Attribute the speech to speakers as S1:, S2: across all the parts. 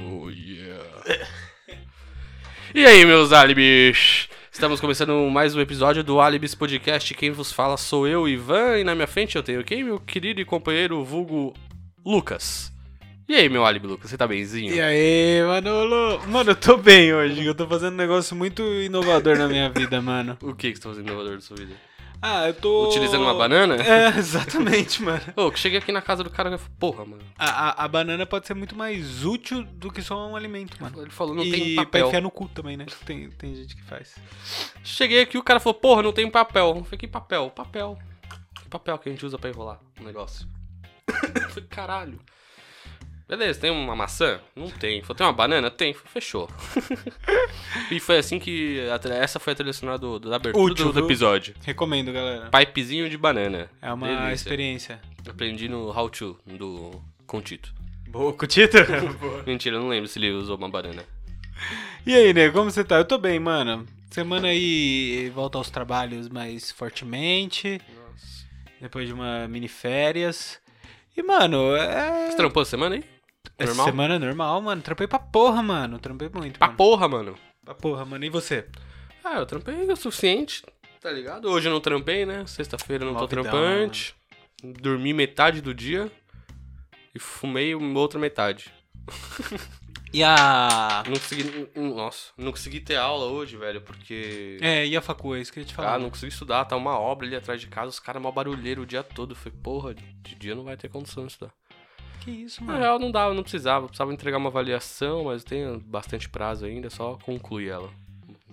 S1: Oh, E aí, meus alibis? Estamos começando mais um episódio do Alibis Podcast. Quem vos fala sou eu, Ivan, e na minha frente eu tenho quem? Meu querido e companheiro vulgo Lucas. E aí, meu álibi Lucas, você tá benzinho?
S2: E aí, Manolo? Mano, eu tô bem hoje. Eu tô fazendo um negócio muito inovador na minha vida, mano.
S1: O que que você tá fazendo inovador da sua vida?
S2: Ah, eu tô.
S1: Utilizando uma banana?
S2: É, exatamente, mano.
S1: Ô, que cheguei aqui na casa do cara e falei, porra, mano.
S2: A, a, a banana pode ser muito mais útil do que só um alimento, mano.
S1: Ele falou, não
S2: e
S1: tem um
S2: pra
S1: papel.
S2: enfiar no cu também, né? Tem, tem gente que faz.
S1: Cheguei aqui o cara falou, porra, não tem papel. Eu falei, que papel? Papel. Que papel que a gente usa pra enrolar o negócio? Eu falei, caralho. Beleza, tem uma maçã? Não tem. Falei, tem uma banana? Tem. Falei, fechou. e foi assim que... a trilha- essa foi a trilha sonora do, do, da abertura
S2: Útil,
S1: do, do
S2: viu?
S1: episódio.
S2: Recomendo, galera.
S1: Pipezinho de banana.
S2: É uma
S1: Delícia.
S2: experiência.
S1: Aprendi no How To, do Contito.
S2: Boa, Cutito? Boa.
S1: Mentira, eu não lembro se ele usou uma banana.
S2: E aí, nego, como você tá? Eu tô bem, mano. Semana aí volta aos trabalhos mais fortemente.
S1: Nossa.
S2: Depois de uma mini férias. E, mano, é.
S1: Você trampou essa semana aí?
S2: Essa
S1: Normal?
S2: semana é normal, mano. Trampei pra porra, mano. Trampei muito.
S1: Pra
S2: mano.
S1: porra, mano.
S2: Pra porra, mano. E você?
S1: Ah, eu trampei o suficiente, tá ligado? Hoje eu não trampei, né? Sexta-feira eu não tô
S2: Lockdown, né?
S1: trampante. Dormi metade do dia e fumei uma outra metade.
S2: E a.
S1: Não consegui. n- Nossa, não consegui ter aula hoje, velho, porque.
S2: É, e a facu, é isso que eu ia te falar.
S1: Ah, não consegui estudar, tá uma obra ali atrás de casa, os caras mal barulheiro o dia todo. Foi, porra, de dia não vai ter condição de estudar.
S2: Que isso,
S1: Na
S2: mano.
S1: real, não é dava, não precisava. Eu Precisava entregar uma avaliação, mas tem bastante prazo ainda, só conclui ela.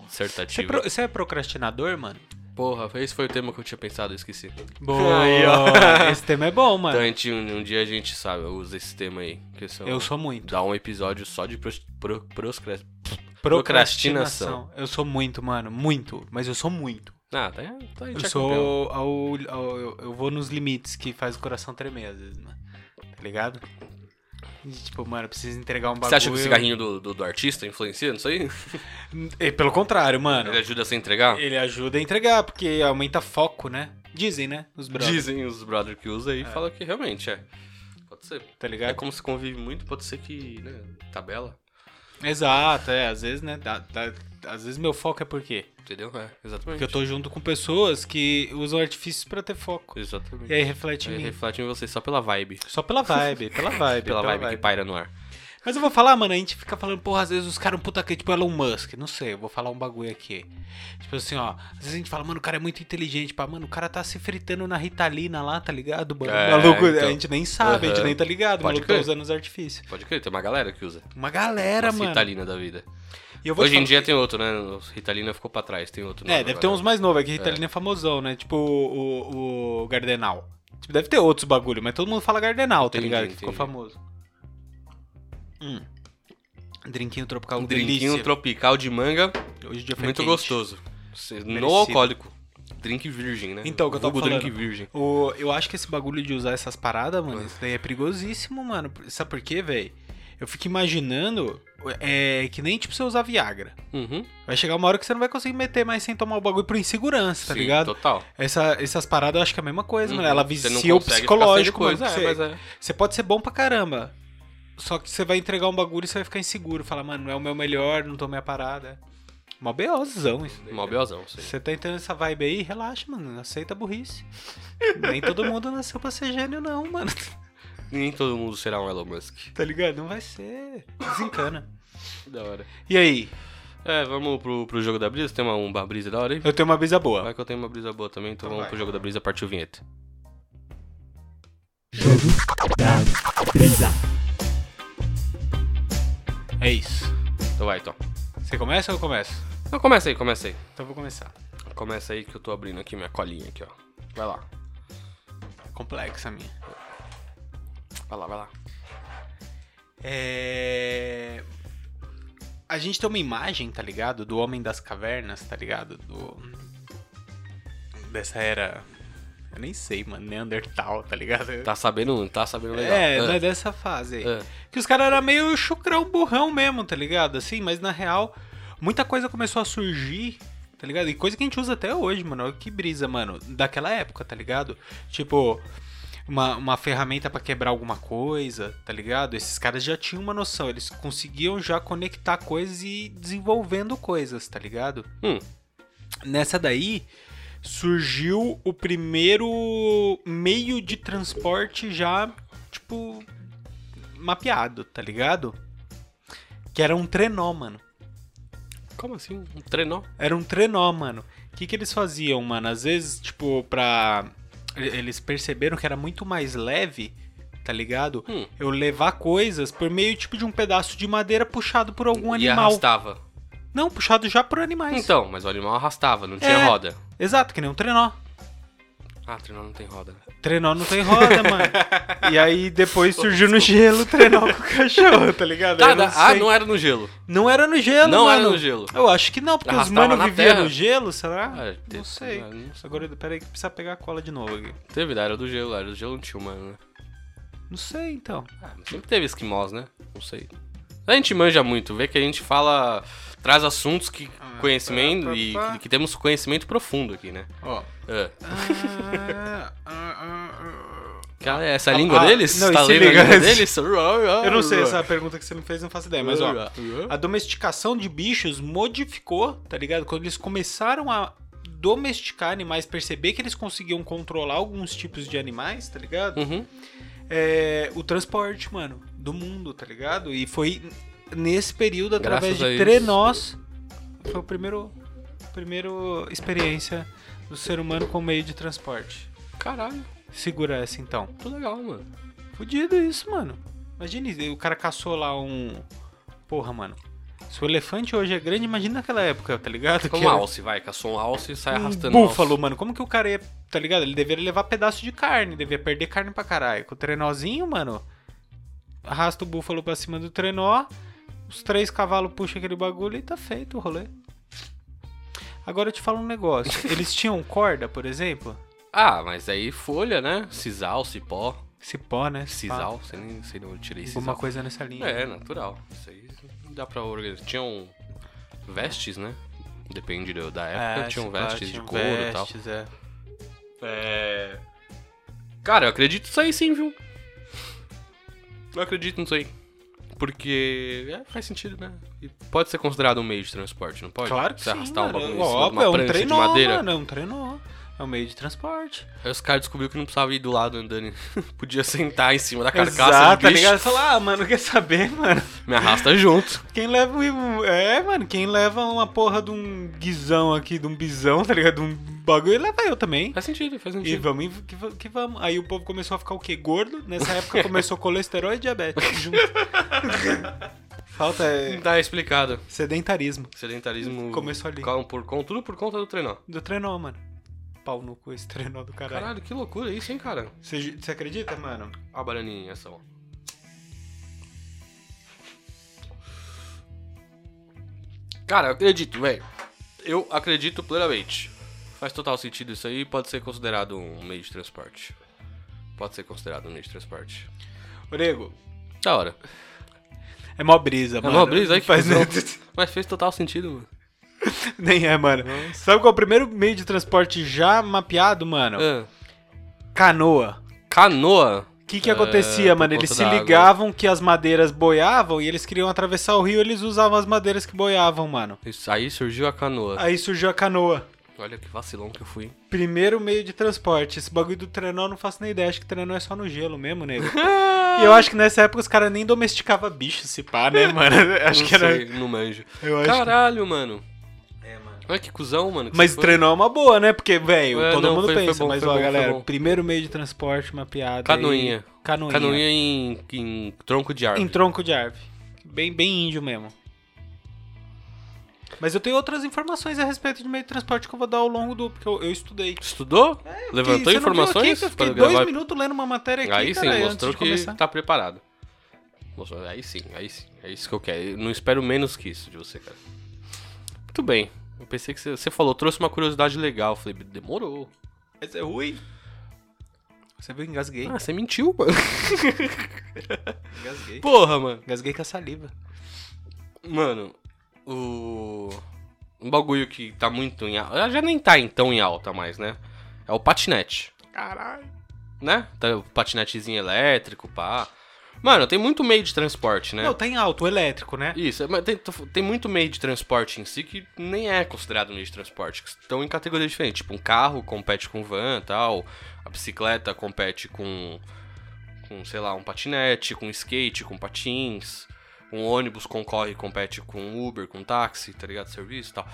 S2: Você é,
S1: Dissertativa.
S2: pro- você é procrastinador, mano?
S1: Porra, esse foi o tema que eu tinha pensado, eu esqueci.
S2: Boa.
S1: Aí, ó.
S2: Esse tema é bom, mano.
S1: Então, a gente, um, um dia a gente sabe, usa esse tema aí. Que são,
S2: Eu sou muito.
S1: Dá um episódio só de pros, pro, proscra- procrastinação.
S2: Eu sou muito, mano. Muito. Mas eu sou muito.
S1: Ah, tá, tá aí,
S2: Eu
S1: já cumpriu.
S2: sou. ao- ao- eu, eu vou nos limites que faz o coração tremer, às vezes, mano. Tá ligado? E, tipo, mano, eu preciso entregar um bagulho.
S1: Você acha que o cigarrinho do, do, do artista influencia nisso aí?
S2: É, Pelo contrário, mano.
S1: Ele ajuda a se entregar?
S2: Ele ajuda a entregar, porque aumenta foco, né? Dizem, né? Os brothers,
S1: Dizem os brothers que usa aí, falam que realmente é. Pode ser.
S2: tá
S1: É
S2: ligado?
S1: como se convive muito, pode ser que, né, tabela,
S2: Exato, é. Às vezes, né? dá- dá- às vezes meu foco é por quê?
S1: entendeu? É, exatamente.
S2: Porque eu tô junto com pessoas que usam artifícios pra ter foco.
S1: Exatamente.
S2: E aí reflete em
S1: Aí
S2: mim.
S1: reflete em você só pela vibe.
S2: Só pela vibe, pela vibe.
S1: Pela vibe que paira no ar.
S2: Mas eu vou falar, mano, a gente fica falando, porra, às vezes os caras é um puta que tipo Elon Musk, não sei, eu vou falar um bagulho aqui. Tipo assim, ó, às vezes a gente fala, mano, o cara é muito inteligente, pá, mano, o cara tá se fritando na Ritalina lá, tá ligado? Mano,
S1: É,
S2: maluco,
S1: então.
S2: a gente nem sabe, a gente
S1: Aham.
S2: nem tá ligado, o
S1: Pode
S2: maluco
S1: crer.
S2: tá usando os artifícios.
S1: Pode crer, tem uma galera que usa.
S2: Uma galera,
S1: Nossa,
S2: mano.
S1: Ritalina da vida.
S2: E eu vou te
S1: Hoje em
S2: falar-
S1: dia tem outro, né? O Ritalina ficou pra trás, tem outro.
S2: É,
S1: novo
S2: deve
S1: agora.
S2: ter uns mais novos, é que Ritalina é. famosão, né? Tipo o, o- o Gardenal. Tipo, deve ter outros bagulho, mas todo mundo fala Gardenal, tá
S1: Entendi,
S2: ligado? Que ficou
S1: entendi.
S2: famoso. Hum. Drinquinho tropical
S1: Um
S2: delícia.
S1: drinquinho tropical de manga,
S2: Hoje o dia foi
S1: muito
S2: quente.
S1: gostoso. Cê-
S2: Merecido.
S1: Não alcoólico. Drink virgem, né?
S2: Então, o que eu tava
S1: Vulgo
S2: falando.
S1: drink virgem.
S2: O- eu acho que esse bagulho de usar essas paradas, mano, isso daí é perigosíssimo, mano. Sabe por quê, velho? Eu fico imaginando é, que nem tipo você usar Viagra.
S1: Uhum.
S2: Vai chegar uma hora que você não vai conseguir meter mais sem tomar o bagulho por insegurança, tá
S1: Sim,
S2: ligado?
S1: Total.
S2: Essa- essas paradas eu acho que é a mesma coisa,
S1: Uhum.
S2: mano. Ela
S1: Você não
S2: vicia o
S1: consegue
S2: psicológico,
S1: ficar sem
S2: mano.
S1: depois,
S2: você,
S1: É, mas é.
S2: você pode ser bom pra caramba. Só que você vai entregar um bagulho e você vai ficar inseguro. Falar, mano, não é o meu melhor, não tomei a parada. Mó beozão isso. daí.
S1: é. Mó beozão, sim.
S2: Você tá entrando nessa vibe aí? Relaxa, mano. Aceita a burrice. Nem todo mundo nasceu pra ser gênio, não, mano.
S1: Nem todo mundo será um Elon Musk.
S2: Tá ligado? Não vai ser. Desencana.
S1: Que da hora.
S2: E aí?
S1: É, vamos pro, pro jogo da brisa. Tem uma, uma brisa da hora aí?
S2: Eu tenho uma brisa boa.
S1: Vai que eu tenho uma brisa boa também, então,
S2: Então
S1: vamos
S2: vai.
S1: pro jogo da brisa, partiu vinheta.
S2: É isso.
S1: Então vai, então.
S2: Você começa ou eu começo?
S1: Então começa aí, começa aí.
S2: Então eu vou começar.
S1: Começa aí que eu tô abrindo aqui minha colinha aqui, ó. Vai lá.
S2: Complexa a minha.
S1: Vai lá, vai lá.
S2: É... A gente tem uma imagem, tá ligado? Do Homem das Cavernas, tá ligado? Do... Dessa era. Eu nem sei, mano. Neandertal, tá ligado?
S1: Tá sabendo, tá sabendo legal.
S2: É,
S1: Ah,
S2: mas dessa fase aí.
S1: ah.
S2: Que os caras eram meio chucrão, burrão mesmo, tá ligado? Assim, mas na real, muita coisa começou a surgir, tá ligado? E coisa que a gente usa até hoje, mano. Olha que brisa, mano. Daquela época, tá ligado? Tipo, uma, uma ferramenta pra quebrar alguma coisa, tá ligado? Esses caras já tinham uma noção, eles conseguiam já conectar coisas e ir desenvolvendo coisas, tá ligado?
S1: Hum.
S2: Nessa daí surgiu o primeiro meio de transporte já, tipo, mapeado, tá ligado? Que era um trenó, mano.
S1: Como assim? Um trenó?
S2: Era um trenó, mano. O que, que eles faziam, mano? Às vezes, tipo, pra. e- Eles perceberam que era muito mais leve, tá ligado?
S1: Hum.
S2: Eu levar coisas por meio, tipo, de um pedaço de madeira puxado por algum
S1: E
S2: um animal.
S1: arrastava.
S2: Não, puxado já por animais.
S1: Então, mas o animal arrastava, não tinha
S2: É.
S1: roda.
S2: Exato, que nem um trenó.
S1: Ah, trenó não tem roda.
S2: Trenó não tem roda, mano. E aí depois surgiu no gelo o trenó com o cachorro, tá ligado?
S1: Tá,
S2: Eu não
S1: tá. ah,
S2: sei.
S1: não era no gelo.
S2: Não era no gelo,
S1: não
S2: mano.
S1: era no gelo.
S2: Eu acho que não, porque
S1: Arrastava na
S2: os manos viviam
S1: terra.
S2: no gelo, será?
S1: Ah,
S2: não
S1: teve-
S2: sei.
S1: não sei.
S2: Agora, peraí que precisa pegar a cola de novo aqui.
S1: Teve, da era do gelo, era do gelo não tinha humano, né?
S2: Não sei, então.
S1: Ah, mas sempre teve esquimós, né? Não sei. A gente manja muito, vê que a gente fala, traz assuntos que conhecimento
S2: pá,
S1: e
S2: Ah, é, pá, pá.
S1: que temos conhecimento profundo aqui, né?
S2: Ó.
S1: Ah,
S2: Ah, ah,
S1: cara, essa é
S2: Ah,
S1: a língua
S2: ah,
S1: deles?
S2: não,
S1: tá
S2: e se
S1: lendo a
S2: liga,
S1: língua
S2: esse-
S1: deles?
S2: ah. Eu não sei, essa pergunta que você me fez não faço ideia, mas ó.
S1: ó.
S2: A domesticação de bichos modificou, tá ligado? Quando eles começaram a domesticar animais, perceber que eles conseguiam controlar alguns tipos de animais, tá ligado?
S1: Uhum.
S2: É, o transporte, mano, do mundo, tá ligado? E foi nesse período, através
S1: Graças a
S2: de
S1: isso.
S2: trenós, foi o primeiro, primeiro experiência do ser humano com meio de transporte.
S1: Caralho,
S2: Segura essa então.
S1: que legal, mano.
S2: Fudido isso, mano. Imagina, isso, o cara caçou lá um. Porra, mano. Se o elefante hoje é grande, imagina naquela época, tá ligado?
S1: Com um
S2: era
S1: alce, vai, caçou um alce e sai
S2: um
S1: arrastando
S2: búfalo,
S1: alce.
S2: mano. Como que o cara ia. Tá ligado? Ele deveria levar pedaço de carne, devia perder carne pra caralho. Com o trenózinho, mano. Arrasta o búfalo pra cima do trenó. Os três cavalos puxam aquele bagulho e tá feito o rolê. Agora eu te falo um negócio. Eles tinham corda, por exemplo?
S1: Ah, mas aí folha, né? Sisal, cipó,
S2: Cipó, né? Cipá.
S1: sisal, sei nem sei de onde eu tirei sisal.
S2: Alguma coisa nessa linha.
S1: É, natural. Isso aí não dá pra organizar. Tinham vestes, né? Depende do- da época, tinham
S2: sei lá,
S1: vestes de
S2: É, tinham
S1: couro e tal.
S2: um vestes, é.
S1: É. Cara, eu acredito nisso aí sim, viu? Eu acredito nisso aí. Porque é, faz sentido, né? E pode ser considerado um meio de transporte, não pode?
S2: Claro que
S1: Você
S2: sim,
S1: arrastar um
S2: mano.
S1: bagulho em cima de
S2: Óbvio,
S1: uma
S2: é um
S1: prancha
S2: trenó,
S1: de madeira.
S2: mano, é um trenó. É um meio de transporte.
S1: Aí os caras descobriram que não precisava ir do lado andando. né? Podia sentar em cima da carcaça
S2: Exato,
S1: do
S2: tá
S1: bicho.
S2: ligado? Você fala, ah, mano, quer saber, mano?
S1: Me arrasta junto.
S2: Quem leva um... É, mano, quem leva uma porra de um guizão aqui, de um bisão, tá ligado? De um bagulho, leva eu também.
S1: Faz sentido, faz
S2: E
S1: sentido.
S2: vamos, que, va- que vamos. Aí o povo começou a ficar o quê? Gordo? Nessa época começou colesterol e diabetes junto. Falta é,
S1: Tá explicado.
S2: sedentarismo
S1: Sedentarismo.
S2: Começou ali.
S1: com- Por, con- tudo por conta do trenó.
S2: do trenó, mano. Pau no cu esse trenó do caralho.
S1: Caralho, que loucura isso, hein, cara?
S2: Você você acredita, mano?
S1: Ó a bananinha em ação. Cara, eu acredito, velho. Eu acredito plenamente. Faz total sentido isso aí. Pode ser considerado um meio de transporte. Pode ser considerado um meio de transporte.
S2: Orego,
S1: Da hora.
S2: É mó brisa, mano.
S1: mó brisa, aí que
S2: Faz-
S1: cuzão. Mas fez total sentido, mano.
S2: Nem é, mano. Sabe qual é o primeiro meio de transporte já mapeado, mano?
S1: Ah,
S2: Canoa.
S1: canoa.
S2: O que que
S1: É,
S2: acontecia,
S1: por
S2: mano?
S1: conta
S2: Eles se
S1: da água.
S2: ligavam que as madeiras boiavam e eles queriam atravessar o rio, eles usavam as madeiras que boiavam, mano.
S1: Isso aí surgiu a canoa.
S2: Aí surgiu a canoa.
S1: Olha que vacilão que eu fui. hein?
S2: Primeiro meio de transporte. Esse bagulho do trenó eu não faço nem ideia. Acho que trenó é só no gelo mesmo, nego. e eu acho que nessa época os caras nem domesticavam bicho, se pá, né, mano? Acho
S1: Não
S2: que era.
S1: sei, Não manjo.
S2: Eu acho que-
S1: Caralho, mano.
S2: É, mano.
S1: Olha que cuzão, mano. que
S2: Mas
S1: você foi.
S2: trenó é uma boa, né? Porque, velho,
S1: É,
S2: todo
S1: não,
S2: mundo
S1: foi- foi
S2: pensa.
S1: bom,
S2: mas,
S1: foi
S2: ó,
S1: bom, foi
S2: galera,
S1: bom.
S2: primeiro meio de transporte mapeado.
S1: Canoinha.
S2: aí- Canoinha.
S1: Canoinha em, em tronco de árvore.
S2: Em tronco de árvore. Bem, bem índio mesmo. Mas eu tenho outras informações a respeito de meio de transporte que eu vou dar ao longo do. Porque eu, eu estudei.
S1: Estudou?
S2: Porque
S1: Levantou
S2: É, você não viu aqui
S1: informações?
S2: que eu fiquei
S1: pra
S2: dois
S1: gravar?
S2: minutos lendo uma matéria aqui.
S1: Aí sim,
S2: caralho, antes
S1: mostrou
S2: de
S1: que
S2: começar.
S1: tá preparado. Mostrou, aí sim, aí sim. É isso que eu quero. Eu não espero menos que isso de você, cara. Muito bem. Eu pensei que você, você falou, trouxe uma curiosidade legal. Eu falei, demorou.
S2: Mas é ruim. Você viu? Engasguei.
S1: Ah, você mentiu, mano.
S2: Engasguei.
S1: Porra, mano.
S2: Engasguei com a saliva.
S1: Mano, o. Um bagulho que tá muito em alta. Já nem tá então em alta mais, né? É o patinete.
S2: Caralho.
S1: né? Tá- Patinetezinho elétrico, pá. Mano, tem muito meio de transporte, né?
S2: Não, tem alto, elétrico, né?
S1: Isso, é, mas tem, tem muito meio de transporte em si que nem é considerado meio de transporte, que estão em categorias diferentes. Tipo, um carro compete com van tal, a bicicleta compete com, com, sei lá, um patinete, com skate, com patins, um ônibus concorre e compete com Uber, com táxi, tá ligado? Serviço e tal.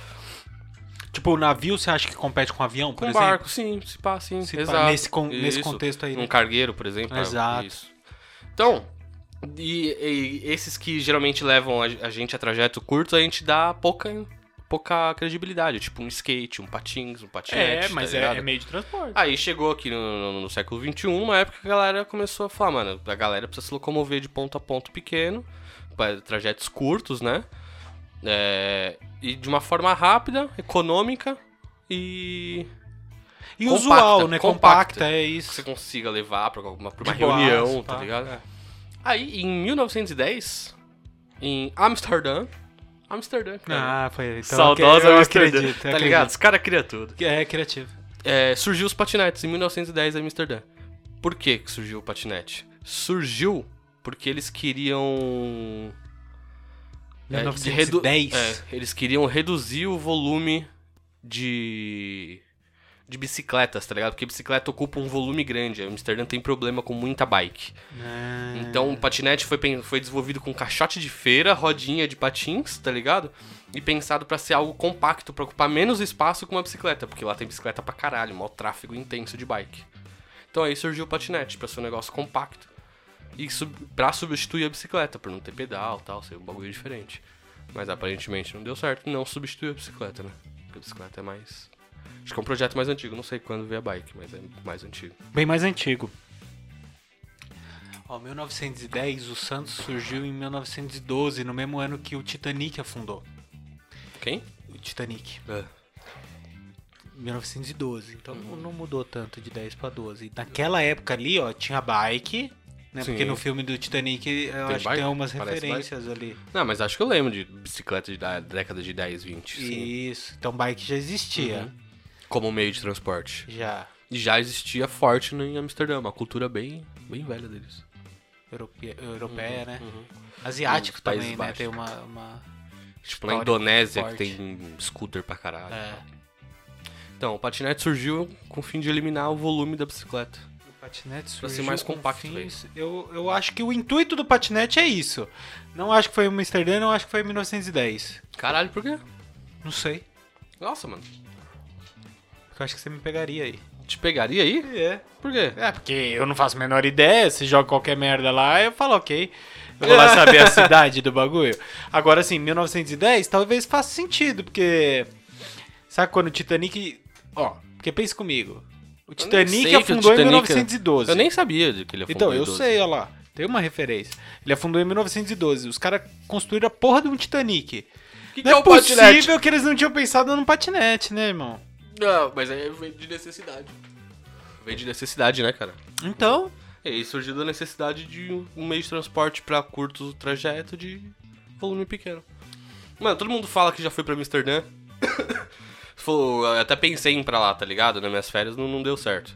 S2: Tipo, o navio você acha que compete com avião, por
S1: com
S2: exemplo?
S1: barco, sim, se pá, sim.
S2: Se pá,
S1: exato.
S2: nesse con-
S1: Isso.
S2: nesse contexto aí, né?
S1: Um cargueiro, por exemplo. é
S2: Exato.
S1: isso. Então, e, e esses que geralmente levam a, a gente a trajeto curto, a gente dá pouca, pouca credibilidade. Tipo um skate, um patins, um patinete.
S3: É, mas
S1: tá
S3: é,
S1: ligado?
S3: é meio de transporte.
S1: Aí chegou aqui no, no- no século XXI, uma época que a galera começou a falar, mano, a galera precisa se locomover de ponto a ponto pequeno, para trajetos curtos, né? É, e de uma forma rápida, econômica e
S2: E
S1: Compacta,
S2: usual, né? Compacta,
S1: compacta.
S2: é
S1: que você
S2: isso.
S1: consiga levar pra alguma pra uma
S2: De boas,
S1: reunião, tá
S2: pá.
S1: ligado?
S2: É.
S1: Aí, em 1910, em Amsterdã. Amsterdã, cara.
S2: Ah, foi. Então,
S3: Saudosa
S2: eu
S3: Amsterdã,
S2: acredito, eu
S1: tá
S2: acredito.
S1: ligado? Os caras criam tudo.
S2: É, criativo.
S1: É, surgiu os patinetes em 1910 em Amsterdã. Por que que surgiu o patinete? Surgiu porque eles queriam. é, de redu-
S2: 1910.
S1: é, eles queriam reduzir o volume de. de bicicletas, tá ligado? Porque bicicleta ocupa um volume grande. Amsterdã tem problema com muita bike.
S2: Ah,
S1: Então o patinete foi, pen- foi desenvolvido com caixote de feira, rodinha de patins, tá ligado? E pensado pra ser algo compacto, pra ocupar menos espaço que uma bicicleta, porque lá tem bicicleta pra caralho, maior tráfego intenso de bike. Então aí surgiu o patinete, pra ser um negócio compacto. E sub, pra substituir a bicicleta, por não ter pedal e tal, ser um bagulho diferente. Mas aparentemente não deu certo, não substituiu a bicicleta, né? Porque a bicicleta é mais. Acho que é um projeto mais antigo, não sei quando veio a bike, mas é mais antigo.
S2: Bem mais antigo. Ó, 1910, o Santos surgiu em 1912, no mesmo ano que o Titanic afundou.
S1: Quem?
S2: O Titanic.
S1: É.
S2: 1912, então não- não mudou tanto de 10 pra 12. Naquela época ali, ó, tinha bike, né?
S1: Sim.
S2: Porque no filme do Titanic eu acho que
S1: bike?
S2: tem umas
S1: Parece bike.
S2: referências ali.
S1: Não, mas acho que eu lembro de bicicleta de- da década de 10, 20, sim.
S2: Isso. Então bike já existia.
S1: Uhum. Como meio de transporte.
S2: Já.
S1: E já existia forte no- em Amsterdã, uma cultura bem, bem velha deles.
S2: Europeia, europeia né?
S1: Uhum.
S2: Asiático
S1: Nos Países
S2: também, né?
S1: Baixos.
S2: Tem uma. uma...
S1: Tipo, na
S2: Histórico,
S1: Indonésia,
S2: forte.
S1: que tem scooter pra caralho.
S2: É.
S1: Então, o patinete surgiu com o fim de eliminar o volume da bicicleta.
S2: O patinete
S1: Pra ser
S2: surgiu
S1: mais
S2: com
S1: compacto,
S2: fins- Eu, eu acho que o intuito do patinete é isso. Não acho que foi em Amsterdã, não acho que foi em 1910.
S1: Caralho, por quê?
S2: Não sei.
S1: Nossa, mano.
S2: Eu acho que você me pegaria aí.
S1: Te pegaria aí?
S2: É.
S1: Por quê?
S3: É, porque eu não faço a menor ideia, se joga qualquer merda lá, eu falo ok. Eu vou lá saber a cidade do bagulho. Agora, assim, 1910 talvez faça sentido, porque. Sabe quando o Titanic. Ó, porque pensa comigo. O Titanic
S1: sei que o
S3: afundou
S1: Titanic- é-
S3: em 1912.
S1: Eu nem sabia de que ele afundou
S3: Então, eu
S1: em 12.
S3: sei, olha lá. Tem uma referência. Ele afundou em 1912. Os caras construíram a porra de um Titanic.
S1: O que, que
S3: não
S1: é
S3: é
S1: o patinete?
S3: possível que eles não tinham pensado num patinete, né, irmão?
S1: Não, mas aí veio de necessidade. Veio de necessidade, né, cara?
S3: Então,
S1: É, E aí surgiu da necessidade de um- um meio de transporte pra curto trajeto de volume pequeno. Mano, todo mundo fala que já foi pra Amsterdã. Falou, eu até pensei em ir pra lá, tá ligado? Nas minhas férias não, não deu certo.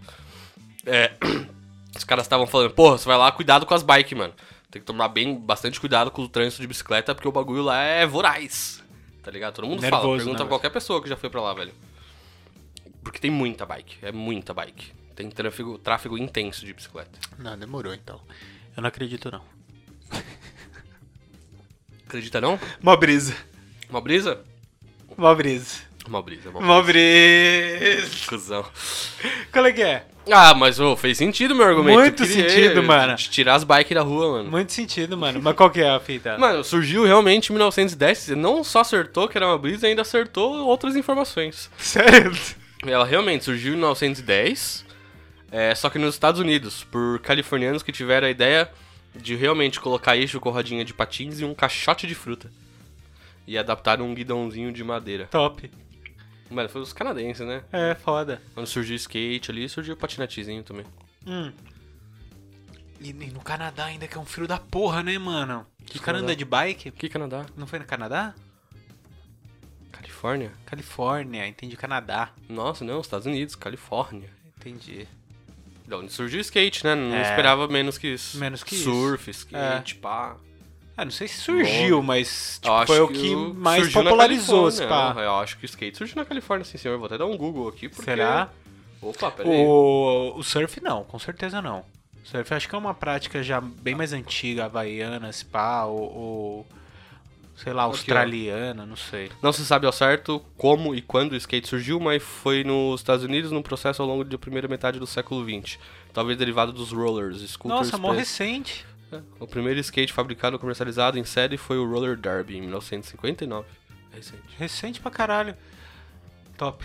S1: É, os caras estavam falando, porra, você vai lá, cuidado com as bikes, mano. Tem que tomar bem, bastante cuidado com o trânsito de bicicleta, porque o bagulho lá é voraz. Tá ligado? Todo mundo fala,
S3: Nervoso,
S1: pergunta
S3: né,
S1: pra
S3: mas-
S1: qualquer pessoa que já foi pra lá, velho. Porque tem muita bike, é muita bike. Tem tráfego, tráfego intenso de bicicleta.
S2: Não, demorou então. Eu não acredito, não.
S1: Acredita não?
S3: mó brisa.
S1: Uma brisa?
S3: Mó brisa.
S1: Uma brisa, uma
S3: Mó brisa.
S1: cuzão.
S3: Qual é que é?
S1: Ah, mas ô, fez sentido meu argumento.
S3: Muito
S1: Eu queria
S3: sentido, mano.
S1: de Tirar as bikes da rua, mano.
S3: Muito sentido, mano. Mas qual que é a fita?
S1: Mano, surgiu realmente em 1910. Você não só acertou que era uma brisa, ainda acertou outras informações.
S3: Sério?
S1: Ela realmente surgiu em 1910, é, só que nos Estados Unidos, por californianos que tiveram a ideia de realmente colocar eixo com rodinha de patins e um caixote de fruta. E adaptaram um guidãozinho de madeira.
S3: Top.
S1: Mano, foi os canadenses, né?
S3: É, foda.
S1: Quando surgiu o skate ali, surgiu o patinetezinho também.
S3: Hum.
S2: E, e no Canadá ainda que é um frio da porra, né, mano? Que o cara
S1: Canadá?
S2: anda de bike?
S1: Que Canadá?
S2: Não foi no Canadá?
S1: Califórnia?
S2: Califórnia, entendi Canadá.
S1: Nossa, não, Estados Unidos, Califórnia.
S2: Entendi.
S1: Da onde surgiu o skate, né? Não
S3: É.
S1: esperava menos que isso.
S2: Menos que
S1: Surf, skate, pá.
S2: Ah, não sei se surgiu, mas
S1: Eu
S2: tipo,
S1: acho
S2: foi o que
S1: o-
S2: mais
S1: surgiu na
S2: popularizou, se
S1: Califórnia,
S2: pá.
S3: né?
S1: Eu acho que o skate surgiu na Califórnia, sim, senhor. Eu vou até dar um Google aqui, porque...
S2: Será?
S1: Opa, peraí.
S2: O, o surf não, com certeza não. O surf acho que é uma prática já bem mais antiga, havaiana, se pá, ou, ou, sei lá,
S1: Aqui, ó.
S2: australiana, não sei.
S1: Não se sabe ao certo como e quando o skate surgiu, mas foi nos Estados Unidos num processo ao longo da primeira metade do século XX. Talvez derivado dos rollers, scooters...
S2: Nossa, mó
S1: pre-
S2: recente.
S1: É. O primeiro skate fabricado e comercializado em série foi o Roller Derby, em 1959. É recente.
S2: Recente pra caralho. Top.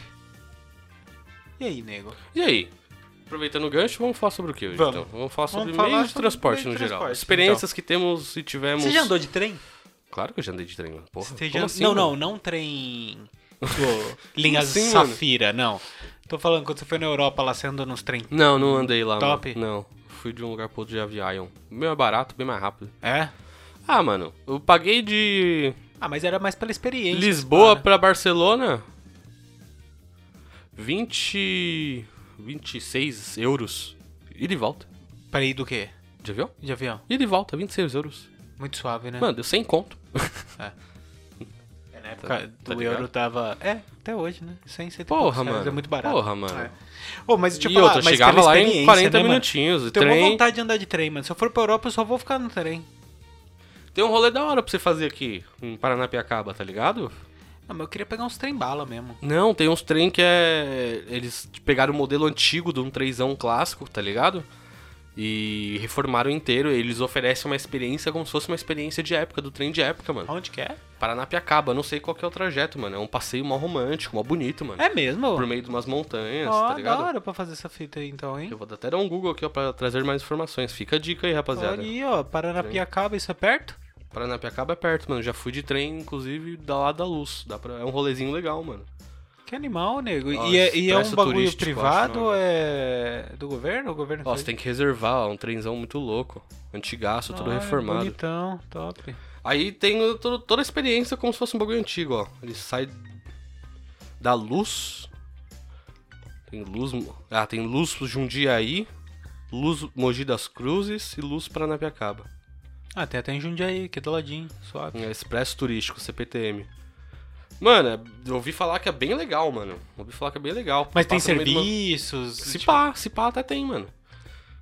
S2: E aí, nego?
S1: E aí? Aproveitando o gancho, vamos falar sobre o que hoje?
S2: Vamos.
S1: Então? Vamos falar sobre
S2: Vamos falar
S1: meios de
S2: sobre
S1: transporte
S2: meio
S1: no
S2: de
S1: geral.
S2: transporte, então.
S1: Experiências que temos e tivemos.
S2: Você já andou de trem?
S1: Claro que eu já andei de trem, mano. Porra.
S2: Você
S1: como
S2: já-
S1: assim,
S2: não,
S1: mano?
S2: não, não trem. tipo, linhas
S1: assim, mano?
S2: Safira, não. Tô falando, quando você foi na Europa lá, você andou nos trem.
S1: Não, não andei lá,
S2: Top.
S1: mano. Não. Fui de um lugar pro outro de avião. O meu é barato, bem mais rápido.
S2: É?
S1: Ah, mano, eu paguei de
S2: Ah, mas era mais pela experiência.
S1: Lisboa
S2: cara.
S1: pra Barcelona 20. 26 euros. E de volta.
S2: Pra ir do quê?
S1: De avião?
S2: De avião.
S1: E de volta, 26 euros.
S2: Muito suave, né?
S1: Mano, deu 100 conto.
S2: É, na época
S1: tá
S2: do
S1: ligado?
S2: euro tava... É, até hoje, né? 100, 100 e poucos
S1: Porra,
S2: reais,
S1: mano.
S2: É muito barato.
S1: Porra, mano.
S2: É. Ô, mas deixa eu
S1: e
S2: falar,
S1: outra,
S2: mas
S1: chegava
S2: pela
S1: lá em
S2: experiência,
S1: 40
S2: né, mano?
S1: minutinhos. e
S2: Tenho uma
S1: trem.
S2: vontade de andar de trem, mano. Se eu for pra Europa, eu só vou ficar no trem.
S1: Tem um rolê da hora pra você fazer aqui em Paranapiacaba, tá ligado?
S2: Não, mas eu queria pegar uns trem bala mesmo.
S1: Não, tem uns trem que é. Eles pegaram o modelo antigo de um trenzão clássico, tá ligado? E reformaram inteiro. Eles oferecem uma experiência como se fosse uma experiência de época, do trem de época, mano.
S2: Onde que é?
S1: Paranapiacaba, não sei qual que é o trajeto, mano. É um passeio mó romântico, mó bonito, mano.
S2: É mesmo?
S1: Por meio de umas montanhas,
S2: Ó,
S1: tá
S2: da
S1: ligado?
S2: hora pra fazer essa fita aí, então, hein?
S1: Eu vou até dar um Google aqui, ó, pra trazer mais informações. Fica a dica aí, rapaziada.
S2: Olha aí, ó, Paranapiacaba, isso é perto?
S1: Paranapiacaba é perto, mano. Já fui de trem, inclusive, da lá da luz. Dá pra... É um rolezinho legal, mano.
S2: Que animal, nego.
S1: Ó,
S2: e é, e é um
S1: expresso
S2: bagulho
S1: turístico,
S2: privado
S1: acho,
S2: ou
S1: não
S2: é do governo? O governo
S1: Ó,
S2: fez?
S1: você tem que reservar, ó. Um trenzão muito louco. Antigaço, tudo
S2: Ah, é
S1: reformado.
S2: Bonitão, top.
S1: Aí tem o- to- toda a experiência como se fosse um bagulho antigo, ó. Ele sai da luz. Tem luz. Mo- Ah, tem luz Jundiaí, luz Mogi das Cruzes e luz Paranapiacaba.
S2: Ah, tem até em Jundiaí, aqui do ladinho, suave.
S1: É Expresso Turístico, CPTM. Mano, é- eu ouvi falar que é bem legal, mano. Ouvi falar que é bem legal.
S2: Mas tem
S1: Passa no meio de uma-
S2: serviços.
S1: Se
S2: tipo-
S1: pá, se pá até tem, mano.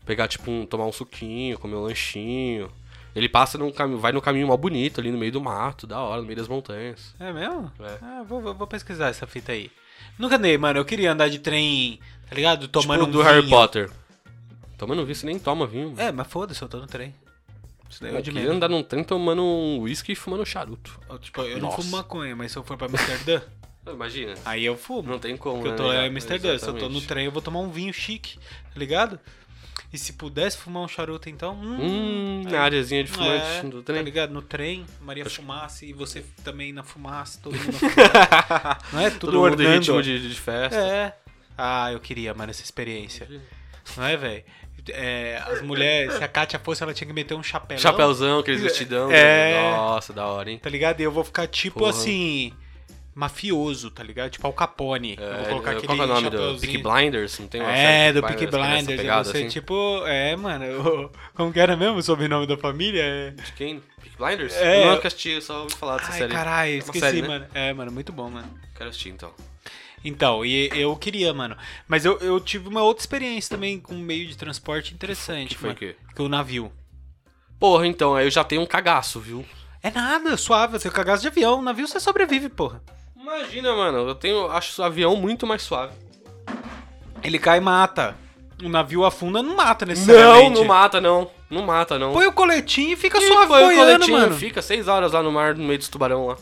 S1: Pegar, tipo, um, tomar um suquinho, comer um lanchinho. Ele passa num caminho, vai num caminho mó bonito ali no meio do mato, da hora, no meio das montanhas.
S2: É mesmo?
S1: É.
S2: Ah, vou, vou- vou pesquisar essa fita aí. Nunca andei, mano. Eu queria andar de trem, tá ligado? Tomando
S1: tipo
S2: um
S1: do Harry
S2: vinho.
S1: Potter. Tomando vinho, você nem toma vinho. mano.
S2: É, mas foda-se, eu tô no trem. Isso daí É, eu
S1: Eu
S2: de
S1: queria
S2: menos.
S1: andar num trem tomando um uísque e fumando charuto.
S2: Eu, Tipo, eu não
S1: Nossa.
S2: fumo maconha, mas se eu for pra Amsterdã,
S1: Imagina.
S2: aí eu fumo.
S1: Não tem como,
S2: Porque
S1: né?
S2: eu tô lá
S1: negar?
S2: em Amsterdã. Se eu tô no
S1: Exatamente.
S2: trem, eu vou tomar um vinho chique, tá ligado? E se pudesse fumar um charuto, então. Hum.
S1: Hum, na áreazinha de fumante
S2: é,
S1: do
S2: Tá
S1: trem.
S2: ligado? No trem, Maria fumaça e você também na fumaça, todo mundo na fumaça. Não é? Tudo
S1: Todo mundo em
S2: ornando.
S1: ritmo de, de festa.
S2: É. Ah, eu queria, mano, essa experiência. Não é, velho? É, as mulheres, se a Kátia fosse, ela tinha que meter um
S1: É,
S2: chapéu.
S1: Chapéuzão, aqueles vestidão.
S2: É.
S1: né? Nossa, da hora, hein?
S2: Tá ligado? E eu vou ficar tipo
S1: Porra.
S2: assim. Mafioso, tá ligado? Tipo Al Capone. eu vou
S1: É,
S2: colocar aquele
S1: qual que é o nome do
S2: chapéuzinho.
S1: Peak Blinders? Não tem uma
S2: É,
S1: série
S2: do
S1: Peaky
S2: Peak
S1: que tem essa
S2: Blinders. é
S1: pegada,
S2: você,
S1: assim?
S2: tipo. É, mano. eu- como que era mesmo o sobrenome da família? É.
S1: De tipo quem? Peak Blinders?
S2: É.
S1: Eu nunca assisti, eu só ouvi falar dessa
S2: Ai,
S1: série.
S2: caralho,
S1: uma
S2: esqueci,
S1: série, né?
S2: mano. É, mano, muito bom, mano.
S1: Quero assistir, então.
S2: Então, e eu queria, mano. Mas eu, eu tive uma outra experiência também com um meio de transporte interessante.
S1: que foi
S2: mano,
S1: o quê?
S2: Com o navio.
S1: Porra, então, aí eu já tenho um cagaço, viu?
S2: É nada, suave, você cagaço de avião, navio você sobrevive, porra.
S1: Imagina, mano, eu tenho, acho o avião muito mais suave.
S2: Ele cai e mata. O navio afunda, não mata
S1: Não,
S2: necessariamente.
S1: não mata não. Não mata não.
S2: Põe o coletinho e fica
S1: E
S2: suave
S1: põe o
S2: boiando,
S1: coletinho,
S2: mano.
S1: Fica seis horas lá no mar, no meio dos tubarão lá.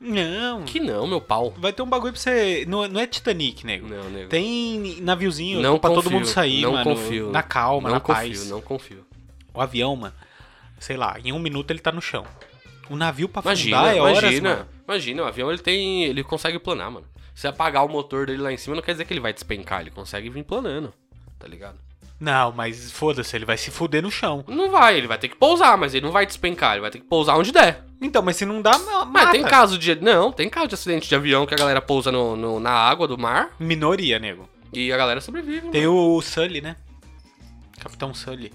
S2: Não.
S1: Que não, meu pau.
S2: Vai ter um bagulho pra você. Não, não é Titanic, nego.
S1: Não, nego.
S2: Tem naviozinho
S1: não
S2: pra
S1: confio,
S2: todo mundo sair,
S1: não
S2: mano.
S1: confio.
S2: Na calma,
S1: não
S2: na
S1: confio,
S2: paz.
S1: Não confio,
S2: O avião, mano, sei lá, em um minuto ele tá no chão. O navio pra afundar
S1: Imagina,
S2: é horas,
S1: imagina.
S2: mano.
S1: imagina, o avião ele tem, ele consegue planar, mano. Se apagar o motor dele lá em cima, não quer dizer que ele vai despencar, ele consegue vir planando. Tá ligado?
S2: Não, mas foda-se, ele vai se fuder no chão.
S1: Não vai, ele vai ter que pousar, mas ele não vai despencar, ele vai ter que pousar onde der.
S2: Então, mas se não dá, ma-
S1: Mas
S2: mata.
S1: Ah, tem caso de. Não, tem caso de acidente de avião que a galera pousa no, no- na água do mar
S2: Minoria, nego.
S1: e a galera sobrevive.
S2: Tem o Sully, né? Capitão Sully.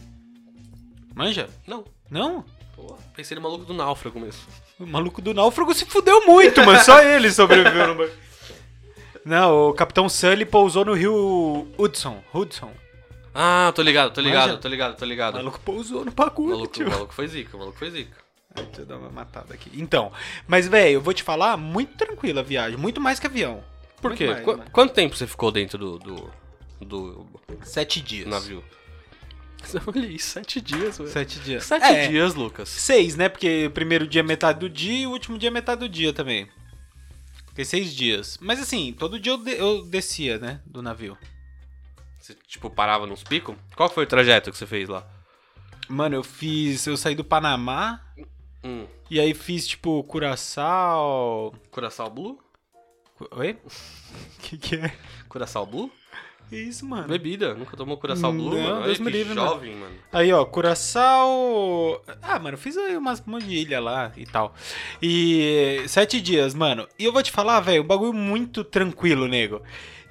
S2: Manja?
S1: Não.
S2: Não?
S1: Pô, pensei no maluco do náufrago mesmo.
S2: O maluco do náufrago se fudeu muito, mano.
S3: Só ele sobreviveu no barco.
S2: Não, o Capitão Sully pousou no rio Hudson. Hudson.
S1: Ah, tô ligado, tô ligado,
S2: Manja?
S1: tô ligado, tô
S2: O
S1: ligado.
S2: maluco tipo- pousou no bagulho,
S1: O maluco,
S2: tio.
S1: o maluco foi zica, o maluco foi zica.
S2: Ai, Deixa eu dar uma matada aqui. Então, mas, velho, eu vou te falar, muito tranquila a viagem. Muito mais que avião.
S1: Por
S2: Muito
S1: quê?
S2: mais,
S1: Qu-
S2: mano.
S1: né? Quanto tempo você ficou dentro do, do, do
S2: Sete dias.
S1: navio? Olha isso, sete dias, velho.
S2: Sete dias.
S1: Sete
S2: É,
S1: dias, Lucas.
S2: Seis, né? Porque primeiro dia é metade do dia e o último dia é metade do dia também. Fiquei seis dias. Mas assim, todo dia eu, de- eu descia, né? Do navio.
S1: Você, tipo, parava nos picos? Qual foi o trajeto que você fez lá?
S2: Mano, eu fiz. Eu saí do Panamá
S1: Hum,
S2: e aí fiz, tipo, Curaçao.
S1: Curaçao Blue?
S2: Cu- Oi? que que é?
S1: Curaçao Blue?
S2: Que isso, mano?
S1: Bebida, nunca tomou Curaçao Blue,
S2: Não,
S1: mano? Olha
S2: Deus
S1: que
S2: me livre, mano.
S1: jovem, mano.
S2: Aí, ó, Curaçao. Ah, mano, fiz aí umas um monte de ilha lá e tal. E eh, sete dias, mano. E eu vou te falar, velho, um bagulho muito tranquilo, nego.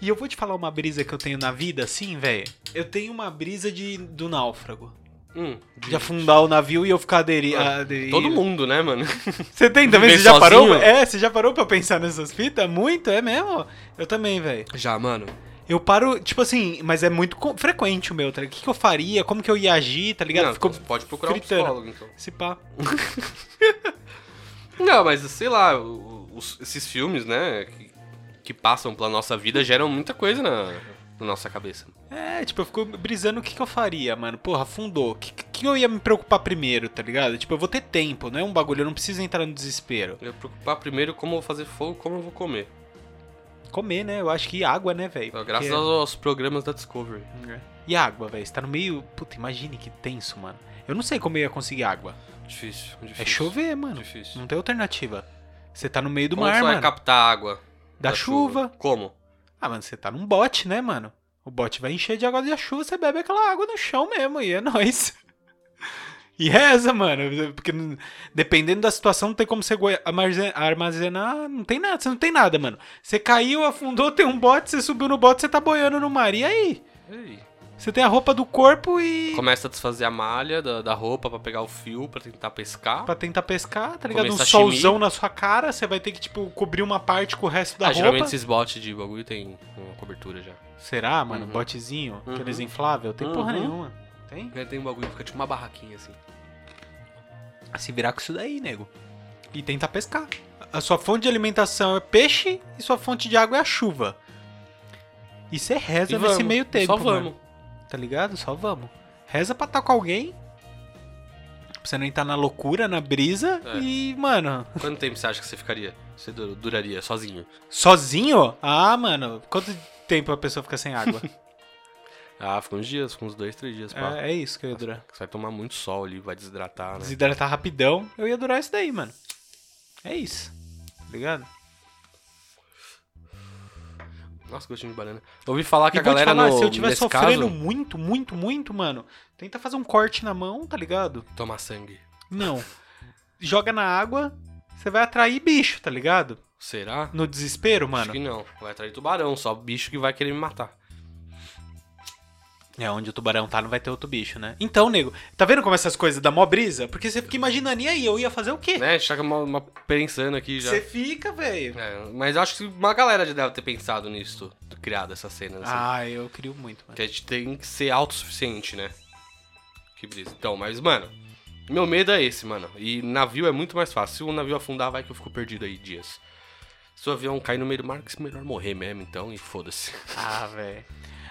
S2: E eu vou te falar uma brisa que eu tenho na vida, assim, velho. Eu tenho uma brisa de do náufrago.
S1: Hum,
S2: De afundar o navio e eu ficar aderindo.
S1: Ah, todo mundo, né, mano?
S2: Você tem também?
S1: Viver
S2: Você já parou?
S1: sozinho?
S2: É, você já parou pra pensar nessas fitas? Muito, é mesmo? Eu também, velho.
S1: Já, mano.
S2: Eu paro, tipo assim, mas é muito co- frequente o meu, tá? ligado? O que, que eu faria? Como que eu ia agir, tá ligado?
S1: Não,
S2: Ficou
S1: pode procurar
S2: fritando.
S1: um psicólogo, então.
S2: se pá.
S1: Não, mas sei lá, o- os- esses filmes, né, que, que passam pela nossa vida geram muita coisa na, na nossa cabeça.
S2: É, tipo, eu fico brisando o que, que eu faria, mano. Porra, afundou. O que, que eu ia me preocupar primeiro, tá ligado? Tipo, eu vou ter tempo, não é um bagulho, eu não preciso entrar no desespero.
S1: Eu ia preocupar primeiro como eu vou fazer fogo, como eu vou comer.
S2: Comer, né? Eu acho que água, né, velho?
S1: Então, graças É.
S2: Porque-
S1: aos programas da Discovery.
S2: E água, velho. Você tá no meio. Puta, imagine que tenso, mano. Eu não sei como eu ia conseguir água.
S1: Difícil, difícil.
S2: É chover, mano.
S1: Difícil.
S2: Não tem alternativa. Você tá no meio do
S1: como é
S2: mar,
S1: você
S2: mano.
S1: vai captar água
S2: da chuva.
S1: Como?
S2: Ah, mano, você tá num bote, né, mano? O bote vai encher de água da chuva, você bebe aquela água no chão mesmo, e é nóis. E reza, mano, porque não- dependendo da situação, não tem como você goi- amarze- armazenar, não tem nada, você não tem nada, mano. Você caiu, afundou, tem um bote, você subiu no bote, você tá boiando no mar, e aí?
S1: Ei.
S2: Você tem a roupa do corpo e...
S1: Começa a desfazer a malha da, da roupa pra pegar o fio pra tentar pescar.
S2: Pra tentar pescar, tá ligado? Um
S1: Comer sashimi.
S2: solzão na sua cara, você vai ter que, tipo, cobrir uma parte com o resto da
S1: ah,
S2: roupa.
S1: geralmente esses botes de bagulho tem uma cobertura já.
S2: Será, mano?
S1: Uhum.
S2: Botezinho?
S1: Uhum.
S2: Aqueles infláveis? Tem porra
S1: Uhum.
S2: nenhuma. Tem?
S1: Aí Tem um bagulho, fica tipo uma barraquinha assim.
S2: se virar com isso daí, nego. E tentar pescar. A sua fonte de alimentação é peixe e sua fonte de água é a chuva. E você reza
S1: E
S2: nesse
S1: vamos,
S2: meio
S1: e
S2: tempo.
S1: Só
S2: mano.
S1: vamos.
S2: Tá ligado? Só vamos. Reza pra estar com alguém. Pra você não entrar na loucura, na brisa.
S1: É.
S2: E, mano,
S1: Quanto tempo você acha que você ficaria? Você du- duraria sozinho?
S2: sozinho? Ah, mano, quanto tempo a pessoa fica sem água?
S1: Ah, fica uns dias, fica uns dois, três dias. Pá.
S2: é, é isso que eu ia durar.
S1: Você vai tomar muito sol ali, vai desidratar, né?
S2: desidratar rapidão, eu ia durar isso daí, mano. É isso. Tá ligado?
S1: Nossa, gostinho de banana. Eu ouvi falar que
S2: E
S1: a
S2: vou te
S1: galera
S2: falar,
S1: no,
S2: se eu tiver
S1: nesse
S2: sofrendo
S1: caso,
S2: muito, muito, muito, mano, tenta fazer um corte na mão, tá ligado?
S1: tomar sangue.
S2: Não. Joga na água, você vai atrair bicho, tá ligado?
S1: Será?
S2: No desespero,
S1: Acho
S2: mano.
S1: que não. Vai atrair tubarão, só bicho que vai querer me matar.
S2: É, onde o tubarão tá, não vai ter outro bicho, né? Então, nego, tá vendo como essas coisas dá mó brisa? Porque você fica imaginando, e aí, eu ia fazer o quê?
S1: Né? A gente tá com uma, uma pensando aqui já.
S2: Você fica, velho.
S1: É, mas eu acho que uma galera já deve ter pensado nisso, criado essa cena. assim.
S2: Ah, eu crio muito, mano.
S1: Que a gente tem que ser autossuficiente, né? Que brisa. Então, mas, mano, meu medo é esse, mano. E navio é muito mais fácil. Se um navio afundar, vai que eu fico perdido aí dias. Se o avião cair no meio do mar, que é melhor morrer mesmo, então, e foda-se.
S2: Ah, velho.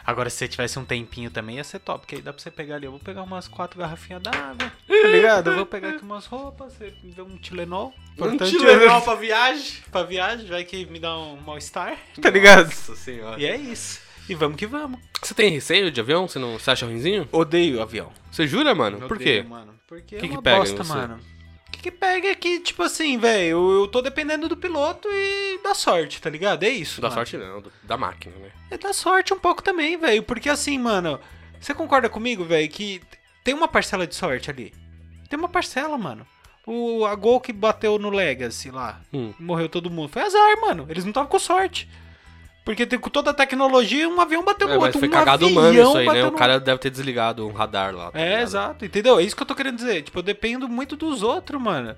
S2: Agora, se você tivesse um tempinho também, ia ser top, porque aí dá pra você pegar ali. Eu vou pegar umas quatro garrafinhas d'água, tá ligado? Eu vou pegar aqui umas roupas, você me dá um Tilenol. Importante né?
S1: pra viagem.
S2: pra viagem, vai que me dá um mal-estar, tá ligado?
S1: Nossa senhora.
S2: E é isso. E vamos que vamos.
S1: Você tem receio de avião? Você não você acha ruimzinho?
S2: Odeio avião.
S1: Você jura, mano? Por quê?
S2: Mano? Porque
S1: Que
S2: é
S1: que
S2: uma
S1: pega em
S2: bosta,
S1: você?
S2: mano. O que, que pega é que, tipo assim, velho, eu, eu tô dependendo do piloto e da sorte, tá ligado? É isso.
S1: Não dá
S2: mano.
S1: sorte não, do- da máquina, né?
S2: É da sorte um pouco também, velho. Porque assim, mano, você concorda comigo, velho, que tem uma parcela de sorte ali. Tem uma parcela, mano. O, a gol que bateu no Legacy lá.
S1: Hum.
S2: Morreu todo mundo. Foi azar, mano. Eles não estavam com sorte.
S3: Porque tem, com toda a tecnologia, um avião
S2: Então,
S3: bateu no
S1: É, mas
S3: outro.
S1: foi
S3: um
S1: cagado
S3: avião
S1: humano isso aí, né?
S3: bateu
S1: O
S3: no
S1: cara deve ter desligado um radar lá. tá
S3: É,
S1: ligado?
S3: exato, entendeu? É isso que eu tô querendo dizer. Tipo, eu dependo muito dos outros, mano.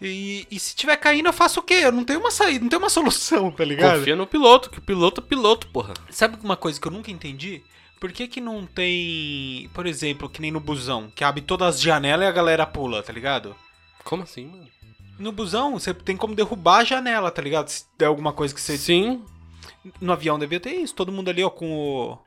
S3: E, e se tiver caindo, eu faço o quê? Eu não tenho uma saída, não tenho uma solução, tá ligado?
S1: Confia no piloto, que o piloto é piloto, porra.
S2: Sabe uma coisa que eu nunca entendi? Por que, que não tem, por exemplo, que nem no busão, que abre todas as janelas e a galera pula, tá ligado?
S1: Como assim, mano?
S2: No busão, você tem como derrubar a janela, tá ligado? Se der alguma coisa que você.
S1: Sim.
S2: No avião devia ter isso, todo mundo ali, ó, com o.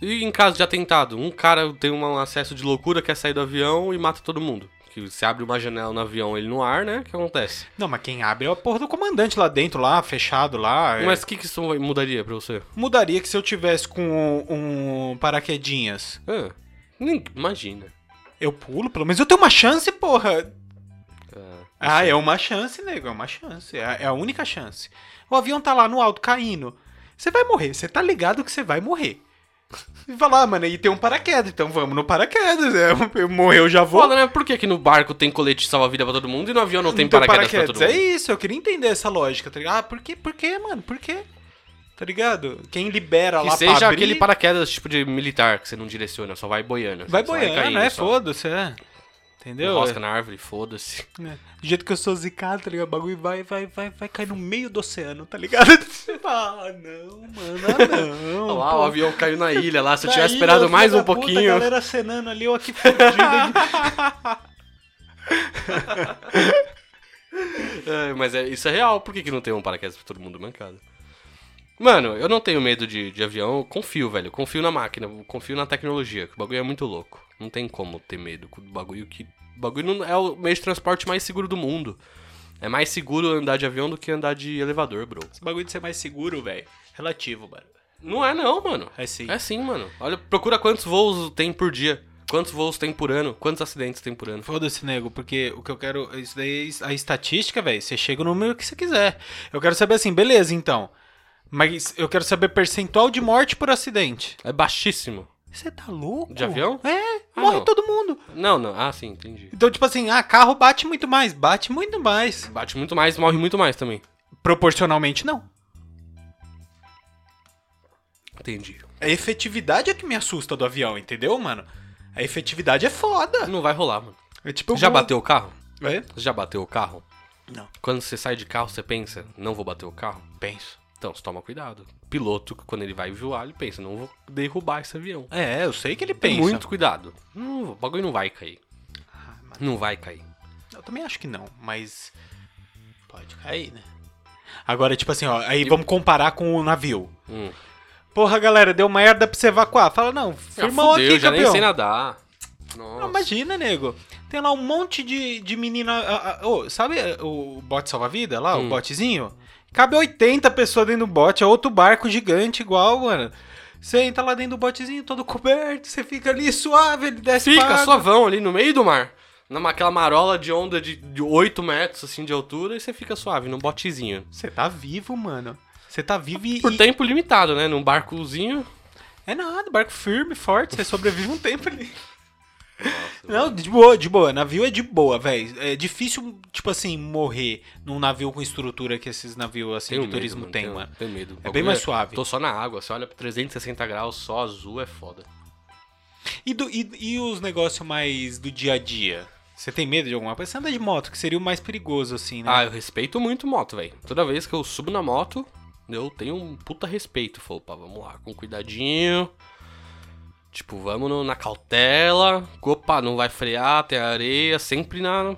S1: E em caso de atentado, um cara tem um acesso de loucura, quer sair do avião e mata todo mundo. Que se abre uma janela no avião, ele no ar, né? O que acontece?
S2: Não, mas quem abre é a porra do comandante lá dentro, lá, fechado lá. é.
S1: Mas o que, que isso mudaria pra você?
S2: Mudaria que se eu tivesse com um, um paraquedinhas.
S1: Ah, nem- imagina.
S2: Eu pulo, pelo menos eu tenho uma chance,
S1: É,
S2: porra.
S1: Ah,
S2: Ah, é uma chance, nego, é uma chance. É a- é a única chance. O avião tá lá no alto caindo. Você vai morrer, você tá ligado que você vai morrer. E vai lá, mano, e tem um paraquedas, então vamos no paraquedas. É, eu morreu, já vou.
S1: Foda, né? Por que, que no barco tem colete de salva-vida pra todo mundo e no avião não tem
S2: Então,
S1: paraquedas, pra todo mundo?
S2: É isso, eu queria entender essa lógica, tá ligado? Ah, por quê? Por quê, mano? Por quê? Tá ligado? Quem libera
S1: Que
S2: tá lá
S1: seja
S2: pra abrir,
S1: aquele paraquedas tipo de militar que você não direciona, só vai boiando.
S2: Vai
S1: só caindo,
S2: boiando, é,
S1: só
S2: foda-se, é. Entendeu?
S1: Enrosca na árvore, foda-se.
S2: né? Do jeito que eu sou zicado, tá ligado? O bagulho vai, vai, vai, vai cair no meio do oceano, tá ligado? Você fala, ah, não, mano, ah, não.
S1: Olha Tá lá, o avião caiu na ilha lá. Se eu
S2: Daí,
S1: tivesse esperado
S2: filho
S1: mais
S2: da
S1: um
S2: puta,
S1: pouquinho.
S2: A galera acenando ali, eu aqui fudido. aqui.
S1: É, mas é- isso é real, por que, que não tem um paraquedas pra todo mundo mancado? Mano, eu não tenho medo de, de avião, eu confio, velho. eu Confio na máquina, eu confio na tecnologia, que o bagulho é muito louco. Não tem como ter medo com o bagulho que. O bagulho não é o meio de transporte mais seguro do mundo. É mais seguro andar de avião do que andar de elevador, bro.
S2: Esse bagulho de ser mais seguro, velho. Relativo, mano.
S1: Não é não, mano.
S2: É sim.
S1: É sim, mano. Olha, procura quantos voos tem por dia. Quantos voos tem por ano? Quantos acidentes tem por ano?
S2: Foda-se, nego, porque o que eu quero. Isso daí é a estatística, velho. Você chega no número que você quiser. Eu quero saber assim, beleza, então. Mas eu quero saber percentual de morte por acidente.
S1: É baixíssimo.
S2: Você tá louco?
S1: De avião?
S2: É,
S1: Ah,
S2: morre
S1: não.
S2: todo mundo.
S1: Não, não. Ah, sim, entendi.
S2: Então, tipo assim, ah, carro bate muito mais, bate muito mais.
S1: Bate muito mais, morre muito mais também.
S2: Proporcionalmente, não.
S1: Entendi.
S2: A efetividade é que me assusta do avião, entendeu, mano? A efetividade é foda.
S1: Não vai rolar, mano.
S2: É tipo
S1: Já
S2: como-
S1: bateu o carro?
S2: É?
S1: Você já bateu o carro?
S2: Não.
S1: Quando você sai de carro, você pensa, não vou bater o carro?
S2: Penso.
S1: Então, você toma cuidado. Piloto, quando ele vai voar, ele pensa, não vou derrubar esse avião.
S2: É, eu sei que ele
S1: Tem
S2: pensa. Ah,
S1: muito cuidado. Não, o bagulho não vai cair. Não vai cair.
S2: Eu também acho que não, mas. Pode cair, né? Agora, tipo assim, ó, aí vamos comparar com o navio.
S1: Hum.
S2: Porra, galera, deu merda pra você evacuar. Fala, não,
S1: Ah,
S2: firmão
S1: fudeu,
S2: aqui,
S1: já nem
S2: campeão.
S1: sei nadar.
S2: Não,
S1: Nossa.
S2: imagina, nego. Tem lá um monte de, de menina. ah, ah, ô, sabe eh, o bote salva-vida lá,
S1: Hum.
S2: o botezinho? Cabe 80 pessoas dentro do bote, é outro barco gigante igual, mano. Você entra lá dentro do botezinho, todo coberto, você fica ali suave, ele desce pra
S1: Fica
S2: água.
S1: suavão ali no meio do mar. Naquela marola de onda de, de 8 metros assim de altura e você fica suave, num botezinho.
S2: Você tá vivo, mano. Você tá vivo e...
S1: Por
S2: e-
S1: tempo limitado, né? Num barcozinho.
S2: É nada, barco firme, forte, você sobrevive um tempo ali. Não, de boa, de boa. Navio é de boa, velho. É difícil, tipo assim, morrer num navio com estrutura que esses navios assim
S1: Tenho
S2: de turismo
S1: medo,
S2: tem,
S1: tenho-
S2: mano.
S1: Tenho medo.
S2: É bem mais suave.
S1: Tô só na água, você olha pra 360 graus, só azul é foda.
S2: E, do- e- e os negócios mais do dia a dia? Você tem medo de alguma coisa? Você anda de moto, que seria o mais perigoso, assim, né?
S1: Ah, eu respeito muito moto, velho. Toda vez que eu subo na moto, eu tenho um puta respeito. Falo, opa, vamos lá, com cuidadinho. Tipo, vamos no- na cautela. Opa, não vai frear, tem areia, sempre na.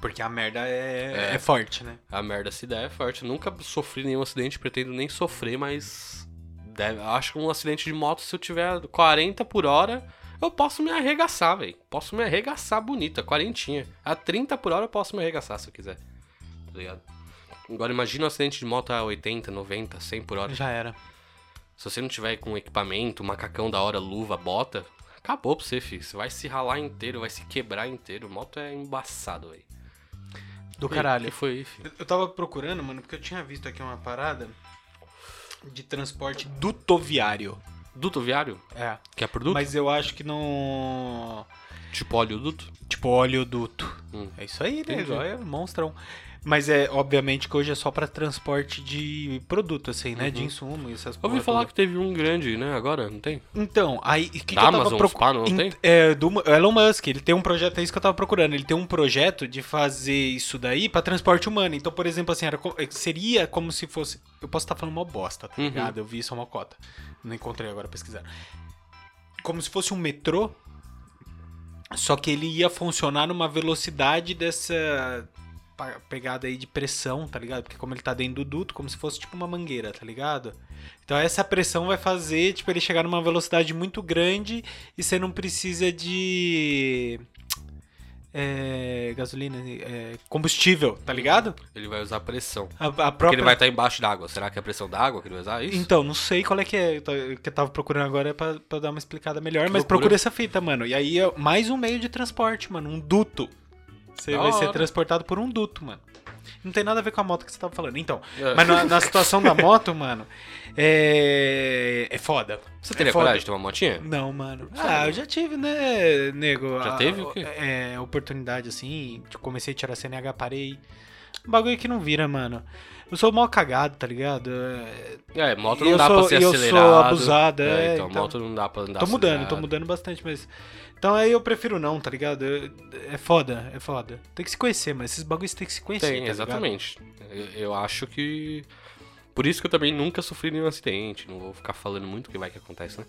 S2: Porque a merda Ah. é,
S1: É.
S2: é forte, né?
S1: A merda se der é forte. Eu nunca sofri nenhum acidente, pretendo nem sofrer, mas. deve- Acho que um acidente de moto, se eu tiver 40 por hora, eu posso me arregaçar, velho. Posso me arregaçar bonita, quarentinha. A 30 por hora eu posso me arregaçar se eu quiser. Tá ligado? Agora imagina um acidente de moto a 80, 90, 100 por hora.
S2: Já era.
S1: Se você não tiver com equipamento, macacão da hora, luva, bota, acabou pra você, filho. Você vai se ralar inteiro, vai se quebrar inteiro. Moto é embaçado, velho.
S2: Do caralho.
S1: Que foi aí, filho?
S2: Eu- Eu tava procurando, mano, porque eu tinha visto aqui uma parada de transporte dutoviário.
S1: Duto viário?
S2: É.
S1: Que é produto?
S2: Mas eu acho que não.
S1: Tipo oleoduto?
S2: Tipo oleoduto.
S1: Hum.
S2: É isso aí, né?
S1: Entendi.
S2: Igual É monstrão. Mas é, obviamente, que hoje é só pra transporte de produto, assim, né? De insumo e essas
S1: Eu ouvi
S2: porra
S1: falar
S2: toda.
S1: que teve um grande, né? Agora, não tem?
S2: Então, aí. Que que
S1: Da
S2: eu tava
S1: Amazon,
S2: procu-
S1: pá, não
S2: Ent-
S1: tem?
S2: É, do Mu- Elon Musk. Ele tem um projeto, é isso que eu tava procurando. Ele tem um projeto de fazer isso daí pra transporte humano. Então, por exemplo, assim, era co- eh, seria como se fosse. Eu posso estar falando uma bosta, tá
S1: Uhum.
S2: ligado? Eu vi isso é uma cota. Não encontrei agora pesquisar. Como se fosse um metrô. Só que ele ia funcionar numa velocidade dessa pa- pegada aí de pressão, tá ligado? Porque como ele tá dentro do duto, como se fosse tipo uma mangueira, tá ligado? Então essa pressão vai fazer, tipo, ele chegar numa velocidade muito grande e você não precisa de é, gasolina, é, combustível, tá ligado?
S1: Ele vai usar pressão.
S2: A, a
S1: Porque
S2: própria...
S1: ele vai estar embaixo d'água. Será que é a pressão da água que ele vai usar? Isso?
S2: Então, não sei qual é que é. eu tô- O que eu tava procurando agora é pra, pra dar uma explicada melhor, mas
S1: loucura.
S2: procura essa fita, mano. E aí é mais um meio de transporte, mano. Um duto. Você
S1: Da
S2: vai ser
S1: hora.
S2: transportado por um duto, mano. Não tem nada a ver com a moto que você tava falando. Então,
S1: É.
S2: mas na, na situação da moto, mano, é. É foda.
S1: Você
S2: É
S1: teria
S2: foda.
S1: coragem de ter uma motinha?
S2: Não, mano.
S1: Sério?
S2: Ah, eu já tive, né, nego?
S1: Já
S2: a-
S1: teve o quê?
S2: É, oportunidade, assim. tipo, Comecei a tirar CNH, parei. Um bagulho que não vira, mano. Eu sou mal cagado, tá ligado? É,
S1: É, moto
S2: E
S1: não
S2: eu
S1: dá pra
S2: sou-
S1: ser
S2: e eu sou
S1: acelerado.
S2: abusado, é,
S1: então,
S2: então.
S1: moto não dá pra andar
S2: tô mudando, tô
S1: acelerado.
S2: mudando bastante, mas. Então aí eu prefiro não, tá ligado? Eu- É foda, é foda. Tem que se conhecer, mas esses bagulhos tem que se conhecer. tá
S1: Tem,
S2: ligado?
S1: exatamente. Eu, eu acho que. Por isso que eu também nunca sofri nenhum acidente. Não vou ficar falando muito que vai que acontece, né?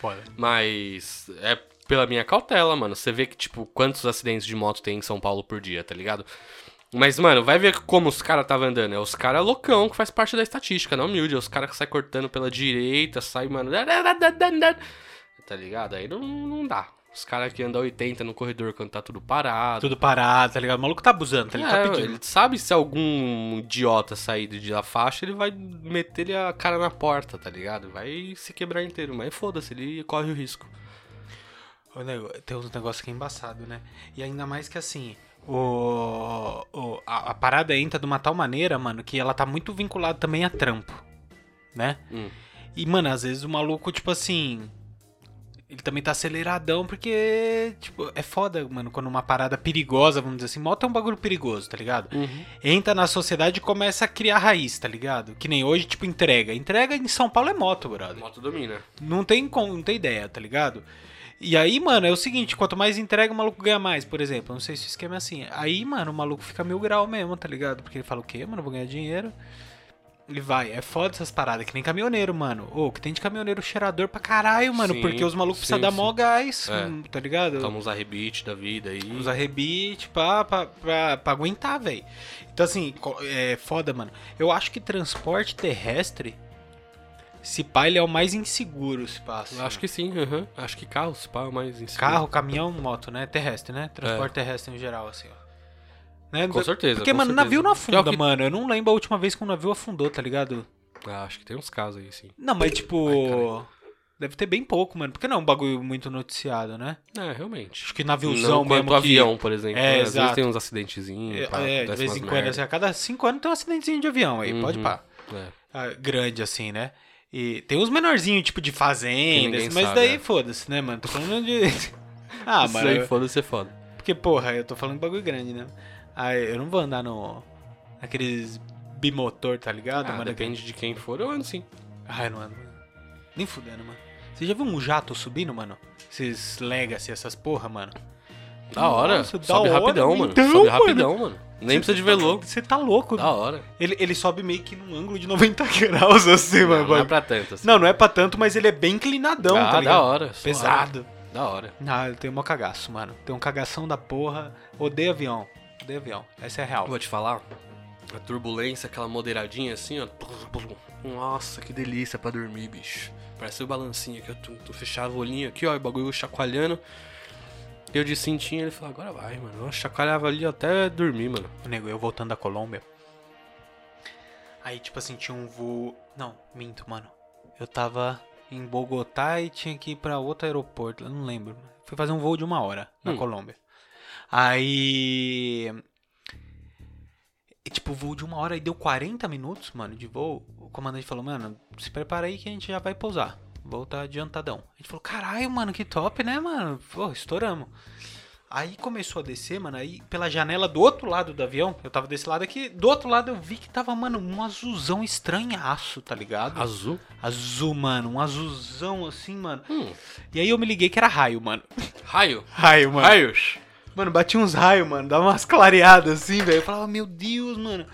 S2: Foda.
S1: Mas é pela minha cautela, mano. Você vê que, tipo, quantos acidentes de moto tem em São Paulo por dia, tá ligado? Mas, mano, vai ver como os caras estavam andando. É os caras loucão que faz parte da estatística, não humilde. É os caras que sai cortando pela direita, sai, mano. Tá ligado? Aí não, não dá. Os caras que andam 80 no corredor quando tá tudo parado.
S2: Tudo parado, tá ligado? O maluco tá abusando, tá
S1: Ele,
S2: ligado? tá pedindo.
S1: É, ele sabe se algum idiota sair de da faixa, ele vai meter ele a cara na porta, tá ligado? Vai se quebrar inteiro, mas foda-se, ele corre o risco.
S2: Ô, nego, Tem uns negócios que é embaçado, né? E ainda mais que assim, o, o- a, a parada entra de uma tal maneira, mano, que ela tá muito vinculada também a trampo, né?
S1: Hum.
S2: E, mano, às vezes o maluco, tipo assim. Ele também tá aceleradão, porque, tipo, é foda, mano, quando uma parada perigosa, vamos dizer assim, moto é um bagulho perigoso, tá ligado? entra na sociedade e começa a criar raiz, tá ligado? Que nem hoje, tipo, entrega. Entrega em São Paulo é moto, brother.
S1: Moto domina.
S2: Não tem, com- não tem ideia, tá ligado? E aí, mano, é o seguinte, quanto mais entrega, o maluco ganha mais, por exemplo. Não sei se o esquema é assim. Aí, mano, o maluco fica mil grau mesmo, tá ligado? Porque ele fala, o quê, mano? Eu vou ganhar dinheiro. E vai, é foda essas paradas, que nem caminhoneiro, mano. Ô, que tem de caminhoneiro cheirador pra caralho, mano.
S1: Sim,
S2: porque os malucos precisam
S1: sim,
S2: dar
S1: sim.
S2: mó gás,
S1: É.
S2: hum, tá ligado?
S1: Toma uns arrebite da vida aí.
S2: Os arrebite pra, pra, pra, pra aguentar, velho. Então, assim, co- é foda, mano. Eu acho que transporte terrestre, se pá, ele é o mais inseguro, se pá. assim.
S1: Eu Acho que sim, aham. acho que carro, se pá, é o mais inseguro.
S2: Carro, caminhão, moto, né? Terrestre, né? Transporte terrestre em geral, assim, ó. Né?
S1: É. Com certeza.
S2: Porque,
S1: com
S2: mano,
S1: certeza.
S2: navio não
S1: Que é o
S2: afunda,
S1: que-
S2: mano. Eu não lembro a última vez que um navio afundou, tá ligado?
S1: Ah, acho que tem uns casos aí, sim.
S2: Não, mas,
S1: Ai,
S2: tipo... deve ter bem pouco, mano. Porque não é um bagulho muito noticiado, né?
S1: É, realmente.
S2: Acho que
S1: não
S2: naviozão mesmo
S1: quanto
S2: que...
S1: avião, por exemplo.
S2: É,
S1: né? Às vezes
S2: exato.
S1: tem uns acidentezinhos. pá,
S2: É, de
S1: acontece
S2: vez
S1: umas
S2: em quando, assim,
S1: merda.
S2: a cada cinco anos tem um acidentezinho de avião aí, pode
S1: Uhum.
S2: pá.
S1: É.
S2: Ah, grande, assim, né? E tem uns menorzinhos, tipo de
S1: Que
S2: fazenda,
S1: ninguém
S2: assim, mas
S1: sabe,
S2: daí
S1: é.
S2: foda-se, né, mano? Tô falando de. ah,
S1: Isso
S2: mano.
S1: aí
S2: eu-
S1: foda-se, é foda.
S2: Porque, porra, eu tô falando de bagulho grande, né? Ah, eu não vou andar no. Naqueles bimotor, tá ligado?
S1: Ah,
S2: mano?
S1: depende de quem for, eu ando sim.
S2: Ah, eu não ando, mano. Nem fudendo, mano. Você já viu um jato subindo, mano? Esses legacy, essas porra, mano.
S1: Da hora.
S2: Nossa, da
S1: sobe
S2: hora,
S1: rapidão, mano.
S2: então,
S1: sobe
S2: mano.
S1: rapidão, mano. Nem precisa de velô.
S2: Você tá louco,
S1: Da hora.
S2: Ele, ele sobe meio que num ângulo de 90 graus, assim,
S1: Não,
S2: mano.
S1: não é pra tanto. assim.
S2: Não, não é pra tanto, mas ele é bem inclinadão,
S1: ah,
S2: tá
S1: da
S2: ligado?
S1: hora. suave.
S2: Pesado.
S1: Da hora.
S2: Ah, eu tenho mó cagaço, mano. Tenho um cagação da porra. Odeio avião. Odeio avião. Essa é a real.
S1: Vou te falar. A turbulência, aquela moderadinha assim, ó. Nossa, que delícia pra dormir, bicho. Parece o balancinho aqui. Eu tu, tu fechava o olhinho aqui, ó. E o bagulho chacoalhando. Eu de cintinho, ele falou, agora vai, mano. Eu chacoalhava ali até dormir, mano.
S2: O nego, eu voltando da Colômbia. Aí, tipo assim, tinha um voo. Não, minto, mano. Eu tava em Bogotá e tinha que ir pra outro aeroporto. Eu não lembro. Fui fazer um voo de uma hora na
S1: Hum.
S2: Colômbia. Aí. E, tipo, voo de uma hora e deu 40 minutos, mano, de voo. O comandante falou, mano, se prepara aí que a gente já vai pousar. Voo tá adiantadão. A gente falou, caralho, mano, que top, né, mano? Pô, estouramos. Aí começou a descer, mano, aí pela janela do outro lado do avião, eu tava desse lado aqui, do outro lado eu vi que tava, mano, um azulzão estranhaço, tá ligado?
S1: Azul?
S2: Azul, mano, um azulzão assim, mano.
S1: Hum.
S2: E aí eu me liguei que era raio, mano.
S1: Raio?
S2: Raio, mano.
S1: Raios?
S2: Mano, bati uns raios, mano. Dava umas clareadas assim, velho. Eu falava, meu Deus, mano.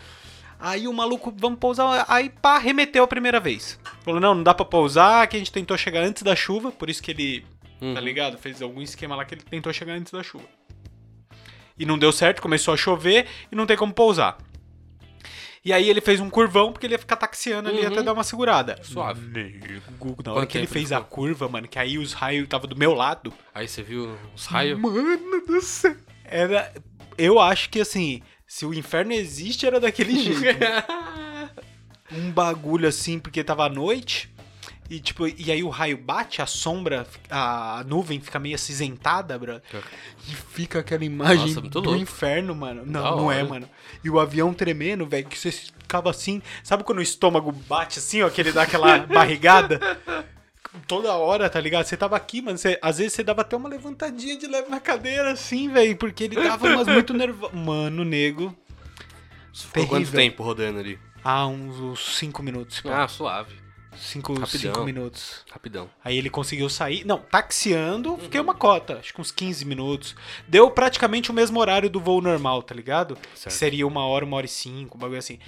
S2: Aí o maluco, vamos pousar. Aí pá, remeteu a primeira vez. Falou, não, não dá pra pousar, que a gente tentou chegar antes da chuva. Por isso que ele,
S1: Hum.
S2: tá ligado? Fez algum esquema lá que ele tentou chegar antes da chuva. E não deu certo, começou a chover e não tem como pousar. E aí ele fez um curvão, porque ele ia ficar taxiando ali
S1: Uhum.
S2: até dar uma segurada.
S1: Suave.
S2: Nego, na hora
S1: Quanto
S2: que ele
S1: tempo
S2: fez
S1: ele
S2: a curva, mano, que aí os raios estavam do meu lado.
S1: Aí você viu os raios?
S2: Hum, Mano do céu. Era. Eu acho que assim, se o inferno existe, era daquele jeito. né? um bagulho assim, porque tava à noite. E tipo, e aí o raio bate, a sombra, a nuvem fica meio acinzentada, bro. E fica aquela imagem
S1: Nossa, muito
S2: do
S1: louco.
S2: inferno, mano. Não,
S1: Da
S2: não é,
S1: hora.
S2: mano. E o avião tremendo, velho, que você ficava assim. Sabe quando o estômago bate assim, ó, que ele dá aquela barrigada? Toda hora, tá ligado? Você tava aqui, mano. você- às vezes você dava até uma levantadinha de leve na cadeira, assim, velho. Porque ele tava umas muito nervoso. Mano, nego.
S1: Ficou quanto
S2: Terrível.
S1: tempo rodando ali?
S2: Ah, uns, uns cinco minutos. pô.
S1: Ah, suave.
S2: cinco,
S1: rapidão.
S2: cinco minutos.
S1: Rapidão.
S2: Aí ele conseguiu sair. Não, taxiando, fiquei uma cota, acho que uns 15 minutos. Deu praticamente o mesmo horário do voo normal, tá ligado? Que
S1: Certo.
S2: seria uma hora, uma hora e cinco, um bagulho assim.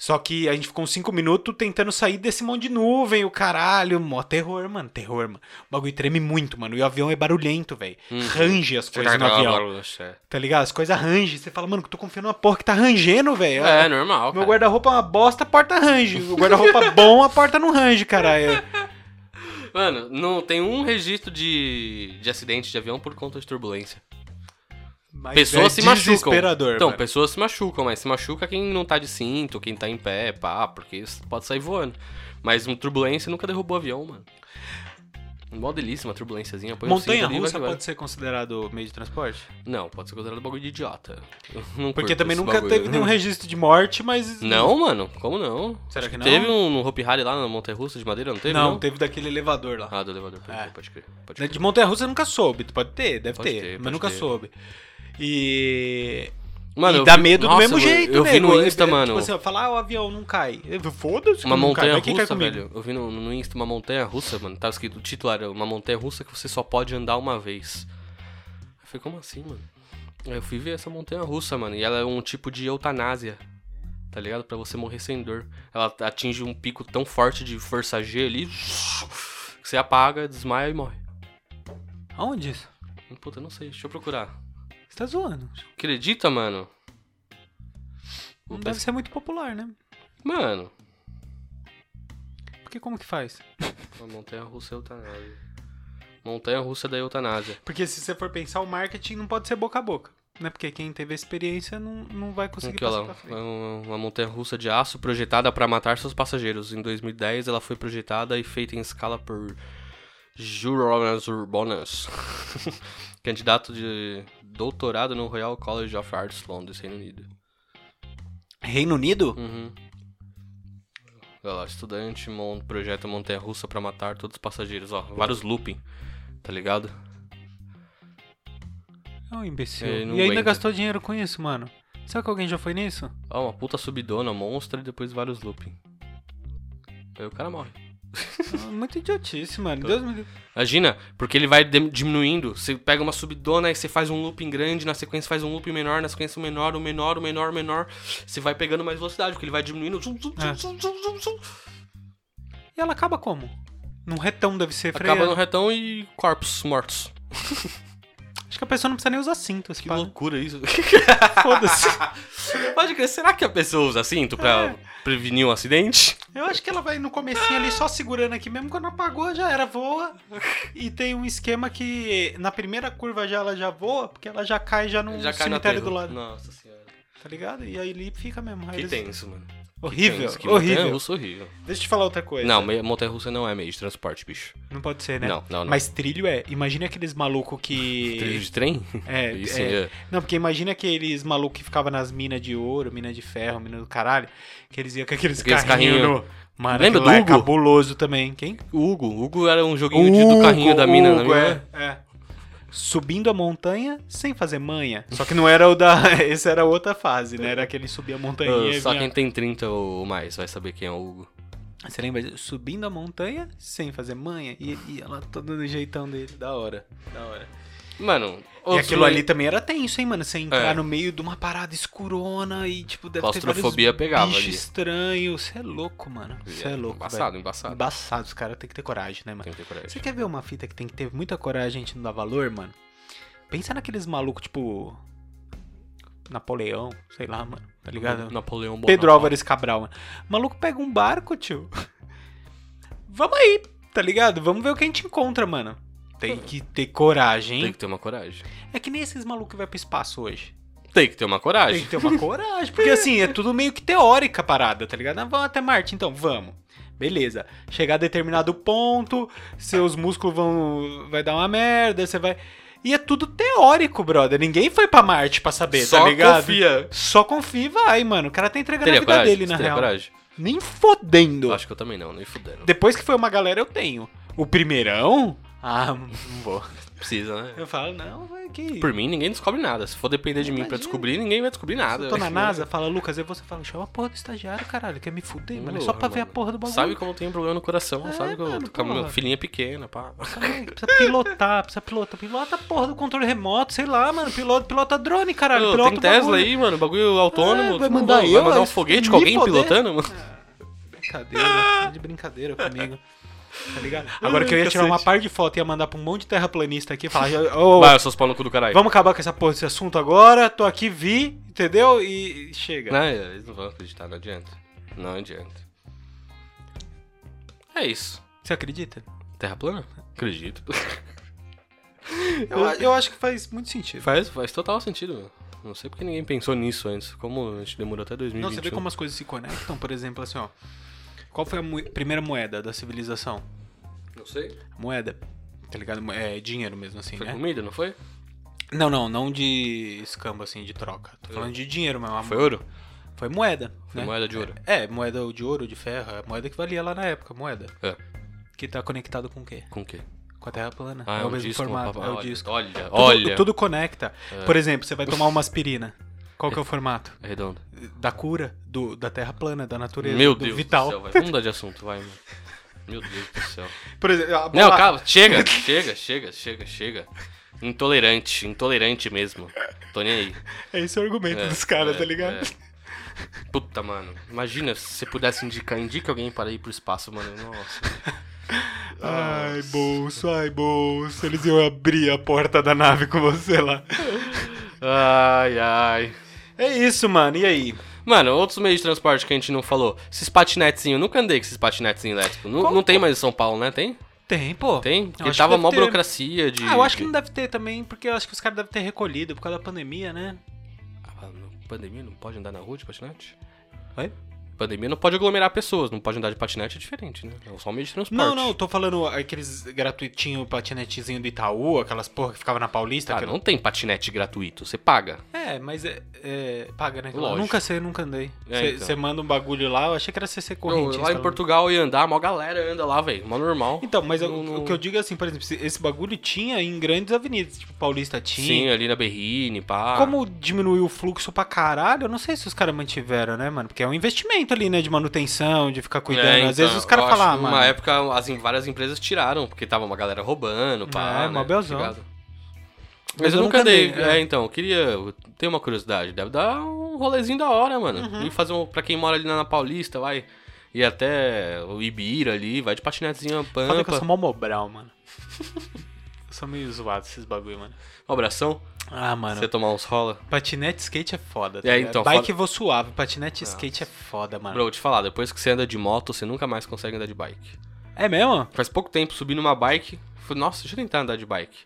S2: Só que a gente ficou uns cinco minutos tentando sair desse monte de nuvem, o caralho. Mó terror, mano, terror, mano. O bagulho treme muito, mano. E o avião é barulhento, velho.
S1: Uhum.
S2: Range as coisas no avião,
S1: É,
S2: tá ligado? As coisas range. Você fala, mano, que eu tô confiando numa porra que tá rangendo, velho.
S1: é normal.
S2: Meu
S1: Cara.
S2: guarda-roupa é uma bosta, a porta range. O guarda-roupa bom, a porta não range, caralho.
S1: Mano, não tem um registro de, de acidente de avião por conta de turbulência.
S2: Mas
S1: Pessoas se machucam.
S2: desesperador,
S1: Então,
S2: mano.
S1: pessoas se machucam, mas se machuca quem não tá de cinto, quem tá em pé, pá, porque isso pode sair voando. Mas uma turbulência nunca derrubou avião, mano. Mó delícia uma turbulênciazinha. Põe um
S2: Montanha
S1: cinto ali,
S2: russa
S1: vai que vai.
S2: pode ser considerado meio de transporte?
S1: Não, pode ser considerado bagulho de idiota. Eu não
S2: Porque
S1: curto
S2: também
S1: esse
S2: nunca
S1: bagulho. né?
S2: teve nenhum registro de morte, mas.
S1: Não, mano, como não?
S2: Será que não?
S1: Teve um no Hopi Hari lá na Montanha Russa de Madeira, não teve?
S2: não, teve daquele elevador lá.
S1: Ah, do elevador, pode
S2: É.
S1: crer, pode crer. Pode
S2: De
S1: crer.
S2: Montanha Russa eu nunca soube. Pode ter, deve
S1: Pode
S2: ter,
S1: ter,
S2: Mas
S1: pode
S2: nunca
S1: ter.
S2: soube. E.
S1: Mano,
S2: e
S1: eu
S2: dá
S1: vi-
S2: medo do
S1: Nossa,
S2: mesmo
S1: mano,
S2: jeito,
S1: Eu vi
S2: nego.
S1: no
S2: É,
S1: Insta,
S2: é,
S1: mano.
S2: Tipo assim, ó, falar, ah, o avião não cai. Eu- Foda-se. que
S1: Uma
S2: não
S1: montanha
S2: cai. Mas quem cai
S1: russa,
S2: comigo?
S1: velho. Eu vi no, no Insta uma montanha russa, mano. Tava escrito o título era uma montanha russa que você só pode andar uma vez. Eu falei, como assim, mano? Aí eu fui ver essa montanha russa, mano. E ela é um tipo de eutanásia. Tá ligado? Pra você morrer sem dor. Ela atinge um pico tão forte de força G ali. Que você apaga, desmaia e morre.
S2: Aonde isso?
S1: Puta, não sei. Deixa eu procurar.
S2: Você tá zoando.
S1: Acredita, mano? Vou
S2: Não deve
S1: pesquisar.
S2: ser muito popular, né?
S1: Mano.
S2: Porque como que faz?
S1: Uma montanha russa é eutanásia. Montanha russa da eutanásia.
S2: Porque se você for pensar, o marketing não pode ser boca a boca. Né? Porque quem teve a experiência não, não vai conseguir
S1: Aqui,
S2: passar
S1: olha lá,
S2: pra frente.
S1: uma, uma montanha russa de aço projetada para matar seus passageiros. Em 2010, ela foi projetada e feita em escala por Juronas Urbanas, candidato de doutorado no Royal College of Arts, Londres, Reino Unido.
S2: Reino Unido?
S1: Uhum. Olha lá, estudante mon projeta montanha russa para matar todos os passageiros. Ó, vários looping, tá ligado?
S2: É um imbecil.
S1: Ele
S2: e
S1: não
S2: ainda
S1: aguenta.
S2: gastou dinheiro com isso, mano. Será que alguém já foi nisso?
S1: Ó, uma puta subidona, monstra e depois vários looping. Aí o cara morre.
S2: Muito idiotice, mano. Deus me livre.
S1: Imagina, porque ele vai dem- diminuindo. Você pega uma subidona, aí você faz um looping grande, na sequência faz um looping menor, na sequência um menor, um menor, um menor, um menor. Você vai pegando mais velocidade, porque ele vai diminuindo. Zum, zum, zum,
S2: É.
S1: zum, zum, zum, zum.
S2: E ela acaba como? Num retão deve ser
S1: Acaba no
S2: freio.
S1: retão e corpos mortos.
S2: Acho que a pessoa não precisa nem usar cinto.
S1: Que
S2: Que louco.
S1: loucura isso.
S2: Foda-se.
S1: Pode crer, será que a pessoa usa cinto
S2: É.
S1: pra prevenir um acidente?
S2: Eu acho que ela vai no comecinho ali só segurando aqui mesmo. Quando apagou, já era, voa. E tem um esquema que na primeira curva já ela já voa, porque ela já cai já no
S1: Já cai na
S2: cemitério
S1: terra.
S2: do lado.
S1: Nossa senhora.
S2: Tá ligado? E aí ele fica mesmo. Aí
S1: Que
S2: eles-
S1: tenso, mano.
S2: Horrível,
S1: Tenso, que
S2: horrível.
S1: montanha-russa horrível.
S2: Deixa eu te falar outra coisa.
S1: Não, meia- montanha-russa não é meio de transporte, bicho.
S2: Não pode ser, né?
S1: Não, não, não.
S2: Mas trilho é. Imagina aqueles malucos
S1: Trilho
S2: que.
S1: de trem?
S2: é,
S1: Isso,
S2: é.
S1: é.
S2: Não, porque imagina aqueles malucos que ficavam nas minas de ouro, mina de ferro, mina do caralho, que eles iam com aqueles
S1: Aqueles
S2: carrinhos.
S1: carrinho.
S2: no... Mano,
S1: Lembra
S2: aquilo
S1: do
S2: lá é
S1: Hugo?
S2: cabuloso também. Quem?
S1: O Hugo. O Hugo era um joguinho de- do carrinho da mina,
S2: Hugo,
S1: não é?
S2: é, é. subindo a montanha sem fazer manha. Só que não era o da. Esse era outra fase, né? Era aquele subir a montanha
S1: Ah,
S2: e
S1: Só
S2: vinha-
S1: quem tem 30 ou mais vai saber quem é o Hugo.
S2: Você lembra? disso? Subindo a montanha sem fazer manha. E, e ela todo no jeitão dele. Da hora. Da hora.
S1: Mano,
S2: E
S1: outros
S2: aquilo ali
S1: meni-
S2: também era tenso, hein, mano? Você entrar
S1: É.
S2: no meio de uma parada escurona e, tipo, deve ter vários
S1: Claustrofobia pegava
S2: bicho
S1: ali.
S2: estranho. Você é louco, mano. Você é louco,
S1: Embaçado,
S2: velho.
S1: embaçado.
S2: Embaçado. Os caras têm que ter coragem, né, mano?
S1: Tem que ter coragem.
S2: Você quer ver uma fita que tem que ter muita coragem, a gente não dá valor, mano? Pensa naqueles malucos, tipo. Napoleão, sei lá, mano. Tá ligado?
S1: Napoleão
S2: Pedro
S1: Bonaparte.
S2: Álvares Cabral, mano. O maluco pega um barco, tio. Vamos aí, tá ligado? Vamos ver o que a gente encontra, mano. Tem que ter coragem,
S1: Tem
S2: hein?
S1: que ter uma coragem.
S2: É que nem esses malucos que vai pro espaço hoje.
S1: Tem que ter uma
S2: Tem
S1: coragem.
S2: que ter uma coragem. Porque assim, é tudo meio que teórica a parada, tá ligado? Ah, vamos até Marte, então, vamos. Beleza. Chegar a determinado ponto, seus músculos vão. Vai dar uma merda, você vai. E é tudo teórico, brother. Ninguém foi pra Marte pra saber,
S1: Só
S2: tá ligado?
S1: confia.
S2: Só confia e vai, mano. O cara tá entregando
S1: Teria
S2: a vida
S1: coragem?
S2: dele,
S1: Você
S2: na
S1: teria
S2: real.
S1: coragem?
S2: Nem fodendo.
S1: Eu acho que eu também não, nem fudendo.
S2: Depois que foi uma galera, eu tenho. O primeirão? Ah, não vou.
S1: Precisa, né?
S2: Eu falo, não, vai que.
S1: Por mim, ninguém descobre nada. Se for depender de mim pra descobrir, ninguém vai descobrir
S2: Se
S1: nada. né?
S2: eu tô na NASA, fala, Lucas, aí você fala, chama a porra do estagiário, caralho, quer me fuder, mano, é só
S1: Porra,
S2: pra ver a
S1: mano.
S2: porra do bagulho.
S1: Sabe como eu tenho um problema no coração,
S2: É,
S1: sabe? Que eu
S2: mano,
S1: tô com a minha
S2: porra.
S1: filhinha pequena, pá.
S2: Caralho, precisa pilotar, precisa pilotar, pilota a porra do controle remoto, sei lá, mano, pilota, pilota drone, caralho,
S1: Ô,
S2: pilota
S1: tem
S2: o
S1: Tesla
S2: bagulho.
S1: aí, mano, bagulho autônomo.
S2: É, vai
S1: tu
S2: mandar
S1: vai
S2: eu,
S1: mandar um
S2: mas
S1: foguete
S2: me
S1: com alguém
S2: foder.
S1: pilotando, mano.
S2: Brincadeira, tá de brincadeira comigo. Tá ligado? Agora que eu ia tirar
S1: Cacete.
S2: uma par de foto e ia mandar pra um monte de terraplanista aqui e falar, ô,
S1: Vai, seus pau no cu do caralho.
S2: vamos acabar com essa porra desse assunto agora, tô aqui, vi, entendeu? E chega.
S1: Não, é, eles não vão acreditar, não adianta. Não adianta. É isso.
S2: Você acredita?
S1: Terra plana? Acredito.
S2: Eu, eu acho que faz muito sentido.
S1: faz, faz total sentido, mano. Não sei porque ninguém pensou nisso antes. Como a gente demorou até 2021.
S2: Não, você vê como as coisas se conectam, por exemplo, assim, ó. Qual foi a moe- primeira moeda da civilização?
S1: Não sei.
S2: Moeda. Tá ligado? Mo- É dinheiro mesmo, assim,
S1: Foi
S2: né?
S1: comida, não foi?
S2: Não, não, não de escambo, assim, de troca. Tô falando de dinheiro mesmo. a
S1: Foi
S2: mo-
S1: ouro?
S2: Foi moeda.
S1: Foi
S2: né?
S1: moeda de ouro.
S2: É, moeda de ouro, de ferro, é a moeda que valia lá na época, moeda.
S1: É.
S2: Que tá conectado com o quê?
S1: Com o quê?
S2: Com a Terra plana.
S1: Ah,
S2: é o mesmo
S1: disco, uma
S2: formato,
S1: papa-
S2: é o
S1: olha,
S2: disco.
S1: Olha,
S2: Tudo-
S1: olha.
S2: Tudo conecta. Por exemplo, você vai tomar uma aspirina. Qual que é o formato?
S1: É redondo.
S2: Da cura, do, da terra plana, da natureza,
S1: Meu
S2: do
S1: Deus
S2: vital.
S1: do céu, vai. Vamos mudar de assunto, vai, mano. Meu Deus do céu.
S2: Por exemplo, a bola-
S1: Não, calma, chega, chega, chega, chega, chega. Intolerante, intolerante mesmo. Tô nem aí.
S2: É esse o argumento
S1: É,
S2: dos caras,
S1: é,
S2: tá ligado?
S1: é. Puta, mano. Imagina se você pudesse indicar, indica alguém para ir pro espaço, mano. Nossa.
S2: Ai, bolso, ai, bolso. Eles iam abrir a porta da nave com você lá.
S1: Ai, ai.
S2: É isso, mano. E aí?
S1: Mano, outros meios de transporte que a gente não falou. Esses patinetezinhos, nunca andei com esses patinetezinhos elétricos. Não,
S2: Qual-
S1: não tem mais em São Paulo, né? Tem?
S2: Tem, pô.
S1: Tem? Porque
S2: acho que
S1: tava
S2: deve
S1: mó
S2: ter.
S1: burocracia de.
S2: Ah, eu acho que não deve ter também, porque eu acho que os caras devem ter recolhido por causa da pandemia, né?
S1: Ah, no- Pandemia não pode andar na rua de patinete?
S2: Oi?
S1: Pandemia não pode aglomerar pessoas, não pode andar de patinete, é diferente, né? É só um meio de transporte.
S2: Não, não, eu tô falando aqueles gratuitinho patinetezinho do Itaú, aquelas porra que ficava na Paulista.
S1: Ah,
S2: aquela-
S1: não tem patinete gratuito, você paga.
S2: É, mas é, é- paga, né?
S1: Lógico.
S2: Nunca sei, nunca andei.
S1: É,
S2: Você
S1: então.
S2: manda um bagulho lá, eu achei que era CC
S1: Eu,
S2: corrente. tá
S1: lá em Portugal ia andar, mó galera anda lá, velho. Mó normal.
S2: Então, mas eu-
S1: Não- não-
S2: o que eu digo é assim, por exemplo, se- esse bagulho tinha em grandes avenidas, tipo Paulista tinha.
S1: Sim, ah. ali na Berrine, pá.
S2: Como é diminuiu o fluxo pra caralho, eu não sei se os caras mantiveram, né, mano? Porque é um investimento ali, né, de manutenção, de ficar cuidando.
S1: É,
S2: Às
S1: então,
S2: vezes os caras
S1: eu acho
S2: falam, ah,
S1: que
S2: mano.
S1: Uma época, as, em- várias empresas tiraram, porque tava uma galera roubando, pá.
S2: É,
S1: né,
S2: mó belzão.
S1: tá ligado? Mas, eu nunca andei.
S2: dei.
S1: É, então, eu queria. Eu tenho uma curiosidade. Deve dar um rolezinho da hora, mano.
S2: Uhum.
S1: E fazer um. Pra quem mora ali na, na Paulista, vai. E até o Ibira ali, vai de patinetezinho,
S2: Foda que eu sou
S1: pampa.
S2: mó mobral, mano. eu sou meio zoado esses bagulho, mano.
S1: Um abração.
S2: Ah, mano.
S1: Você tomar uns rola.
S2: Patinete e skate é foda,
S1: É,
S2: ligado?
S1: então,
S2: Bike
S1: foda-
S2: eu vou suave, patinete e skate é foda, mano.
S1: Ah. Bro, vou te falar, depois que você anda de moto, você nunca mais consegue andar de bike.
S2: É mesmo?
S1: Faz pouco tempo, subi numa bike. Falei, nossa, deixa eu tentar andar de bike.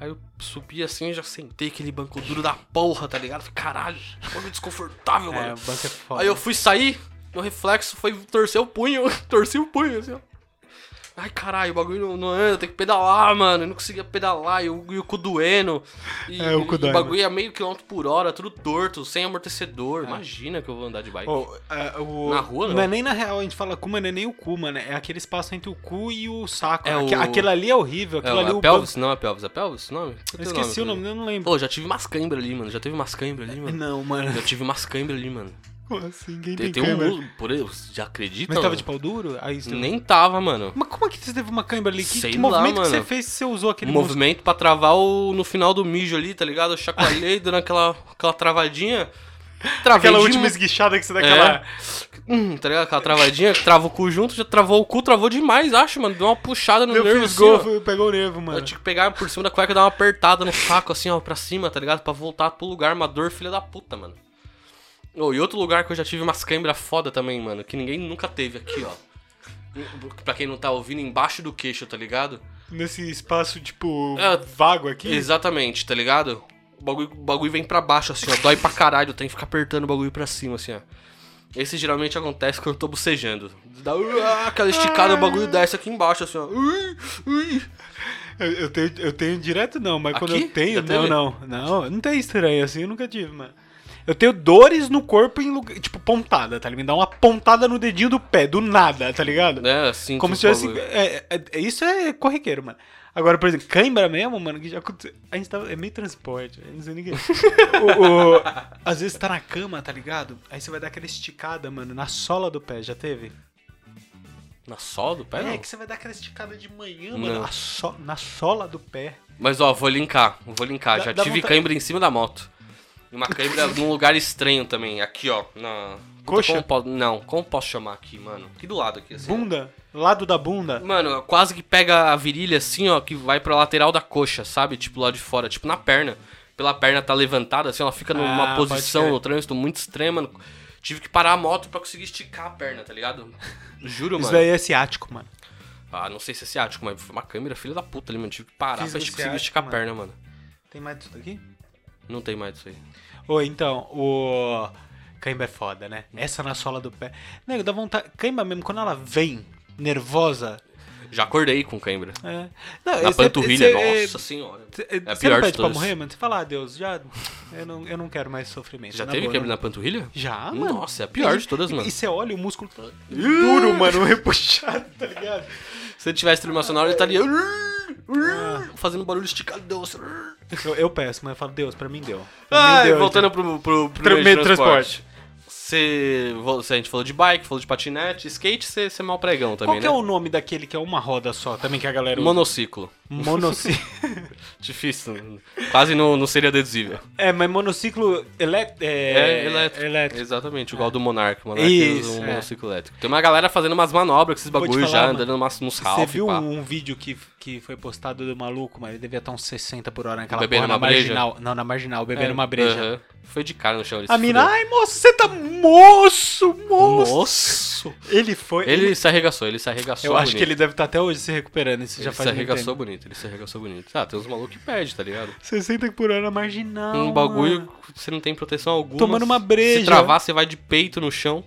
S1: Aí eu subi assim, já sentei aquele banco duro da porra, tá ligado? Falei, caralho, bagulho desconfortável,
S2: É, o
S1: mano.
S2: banco é foda.
S1: Aí eu fui sair, meu reflexo foi torcer o punho, torci o punho, assim, ó. Ai, caralho, o bagulho não, não anda, tem que pedalar, mano. Eu não conseguia pedalar, e o, e o cu doendo. E,
S2: É, o cu
S1: e
S2: dói,
S1: bagulho a meio quilômetro por hora, tudo torto, sem
S2: É.
S1: amortecedor. Imagina que eu vou andar de bike.
S2: Ô, é, o-
S1: Na rua, não?
S4: Não é nem na real, a gente fala cu, mas não é nem o cu, mano. É aquele espaço entre o cu e o saco.
S1: É
S4: Aque-
S1: o-
S4: Aquilo ali é horrível.
S1: é,
S4: Aquilo ali
S1: a
S4: o
S1: pelvis? Não é pelvis, é pelvis esse nome?
S4: banco- Eu esqueci o nome, eu não lembro.
S1: Pô, já tive umas cãibras ali, mano. Já teve umas cãibras ali, mano.
S4: Não, mano.
S1: Já tive umas cãibras ali, mano.
S2: Como assim? Quem
S1: Tem,
S2: tem,
S1: tem
S2: câmera?
S1: um uso, por eu, já acredita?
S4: Mas tava
S1: mano?
S4: de né? pau duro? Aí você-
S1: Nem tava, mano.
S4: Mas como é que você teve uma câimbra ali? Que,
S1: Sei
S4: que
S1: lá,
S4: movimento que você
S1: mano.
S4: fez se você usou aquele
S1: Um
S4: movimento?
S1: movimento pra travar o, no final do mijo ali, tá ligado? Eu chacoalhei, dando aquela, aquela travadinha. Travei
S2: Aquela
S1: de
S2: última
S1: mo-
S2: esguichada que você dá
S1: É.
S2: aquela.
S1: Hum, tá ligado? Aquela travadinha que trava o cu junto, já travou o cu, travou demais, acho, mano. Deu uma puxada no
S2: Meu
S1: nervo
S2: fiz
S1: assim, ó.
S2: gol, foi- pegou o nervo,
S1: Eu
S2: mano.
S1: tinha que pegar por cima da cueca e dar uma apertada no saco, assim, ó, pra cima, tá ligado? Pra voltar pro lugar, uma dor filha da puta, mano. Ô, e outro lugar que eu já tive umas câimbras foda também, mano, que ninguém nunca teve aqui, ó. Pra quem não tá ouvindo, embaixo do queixo, tá ligado?
S2: Nesse espaço, tipo,
S1: É.
S2: vago aqui.
S1: Exatamente, tá ligado? O bagulho, o bagulho vem pra baixo, assim, ó. Dói pra caralho, tem que ficar apertando o bagulho pra cima, assim, ó. Esse geralmente acontece quando eu tô bocejando. Dá uh, aquela esticada, o bagulho
S2: Ah.
S1: desce aqui embaixo, assim, ó. Ui, ui.
S2: Eu, eu tenho, eu tenho direto não, mas quando
S1: Aqui?
S2: eu tenho,
S1: Já teve?
S2: não, não, não, não tem estranho assim, eu nunca tive, mano. Eu tenho dores no corpo em lugar, tipo pontada, tá ligado? Me dá uma pontada no dedinho do pé, do nada, tá ligado?
S1: Né, assim.
S2: Como
S1: que
S2: se
S1: o
S2: tivesse.
S1: bagulho-
S2: é- é- é- isso é corriqueiro, mano. Agora, por exemplo, cãibra mesmo, mano, que já aconteceu. A gente tava. É meio transporte, eu não sei ninguém. é. o, o- às vezes tá na cama, tá ligado? Aí você vai dar aquela esticada, mano, na sola do pé, já teve?
S1: Na sola do pé,
S2: é,
S1: não?
S2: que você vai dar aquela esticada de manhã,
S1: Não.
S2: mano. a so- na sola do pé.
S1: Mas ó, vou linkar, vou linkar.
S2: Dá-
S1: Já
S2: dá
S1: tive
S2: vontade-
S1: cãibra em cima da moto. E Uma cãibra num lugar estranho também, aqui ó, na... Puta,
S2: Coxa?
S1: como po- Não, como posso chamar aqui, mano? Aqui do lado, aqui assim. ó.
S2: Bunda? Lado da bunda?
S1: Mano, quase que pega a virilha assim, ó, que vai pra lateral da coxa, sabe? Tipo lá de fora, tipo na perna. Pela perna tá levantada, assim, ela fica numa
S2: Ah, pode
S1: posição
S2: crer.
S1: no trânsito muito extrema. mano. Tive que parar a moto pra conseguir esticar a perna, tá ligado? Juro,
S2: Isso
S1: mano.
S2: daí é ciático, mano.
S1: Ah, não sei se é ciático, mas foi uma câmera, filha da puta ali, mano. Tive que parar
S2: Fiz
S1: pra
S2: um
S1: conseguir
S2: ciático,
S1: esticar a
S2: mano.
S1: perna, mano.
S2: Tem mais disso daqui?
S1: Não tem mais isso aí.
S2: Ou então, o. Caimba é foda, né? Essa na sola do pé. Nego, dá vontade. Caimba mesmo, quando ela vem nervosa.
S1: Já acordei com cãibra.
S2: É... Não,
S1: Na
S2: esse-
S1: panturrilha,
S2: esse-
S1: nossa senhora.
S2: Você, é,
S1: a
S2: você
S1: pior
S2: não
S1: de
S2: pede pra
S1: todas.
S2: morrer, mano? Você fala, ah, Deus, já. Eu não, eu não quero mais sofrimento.
S1: Já
S2: na
S1: teve
S2: boa,
S1: quebra
S2: não.
S1: na panturrilha?
S2: Já, mano.
S1: Nossa, é a pior de todas,
S2: E-
S1: mano.
S2: E você olha o músculo todo duro, mano, repuxado, tá ligado?
S1: Se ele tivesse trilha sonora, ele estaria. Fazendo barulho esticadão. assim.
S2: Eu, eu peço, mas eu falo, Deus, pra mim deu. Pra mim
S1: Ai,
S2: deu,
S1: voltando pro, pro, pro
S2: Tra-
S1: meio
S2: então. meio
S1: de
S2: de
S1: transporte. Você, você- a gente falou de bike, falou de patinete, skate, você, você é mal pregão
S2: Qual
S1: também,
S2: que é
S1: né?
S2: o nome daquele que é uma roda só, também que a galera usa?
S1: Monociclo.
S2: Monociclo.
S1: Difícil. Quase não, não seria deduzível.
S2: é, mas monociclo elé- é,
S1: É, elétrico.
S2: elétrico.
S1: Exatamente, igual do Monark. O Monark usa
S2: Isso,
S1: um
S2: é.
S1: monociclo elétrico. Tem uma galera fazendo umas manobras com esses
S2: te
S1: bagulhos
S2: falar,
S1: já,
S2: mano.
S1: andando umas, nos
S2: Você
S1: half,
S2: viu
S1: pá.
S2: um vídeo que, que foi postado do maluco, mas ele devia estar uns 60 por hora naquela
S1: Bebendo
S2: porra, na
S1: uma breja? É.
S2: marginal. Não, na marginal, bebendo uma breja.
S1: Aham. Foi de cara no chão. ele se
S2: É. A mina, é
S1: fudeu.
S2: ai moço, você tá moço, moço.
S1: Moço!
S2: Ele foi.
S1: Ele se arregaçou, ele se arregaçou
S2: eu acho que
S1: bonito.
S2: ele deve estar até hoje se recuperando. Isso
S1: Ele
S2: já
S1: se
S2: faz muito
S1: arregaçou
S2: tempo.
S1: bonito, ele se arregaçou bonito. Ah, tem uns malucos que perde, tá ligado?
S2: 60 por hora na marginal.
S1: um bagulho
S2: mano.
S1: que você não tem proteção alguma.
S2: Tomando uma breja.
S1: Se travar, você vai de peito no chão.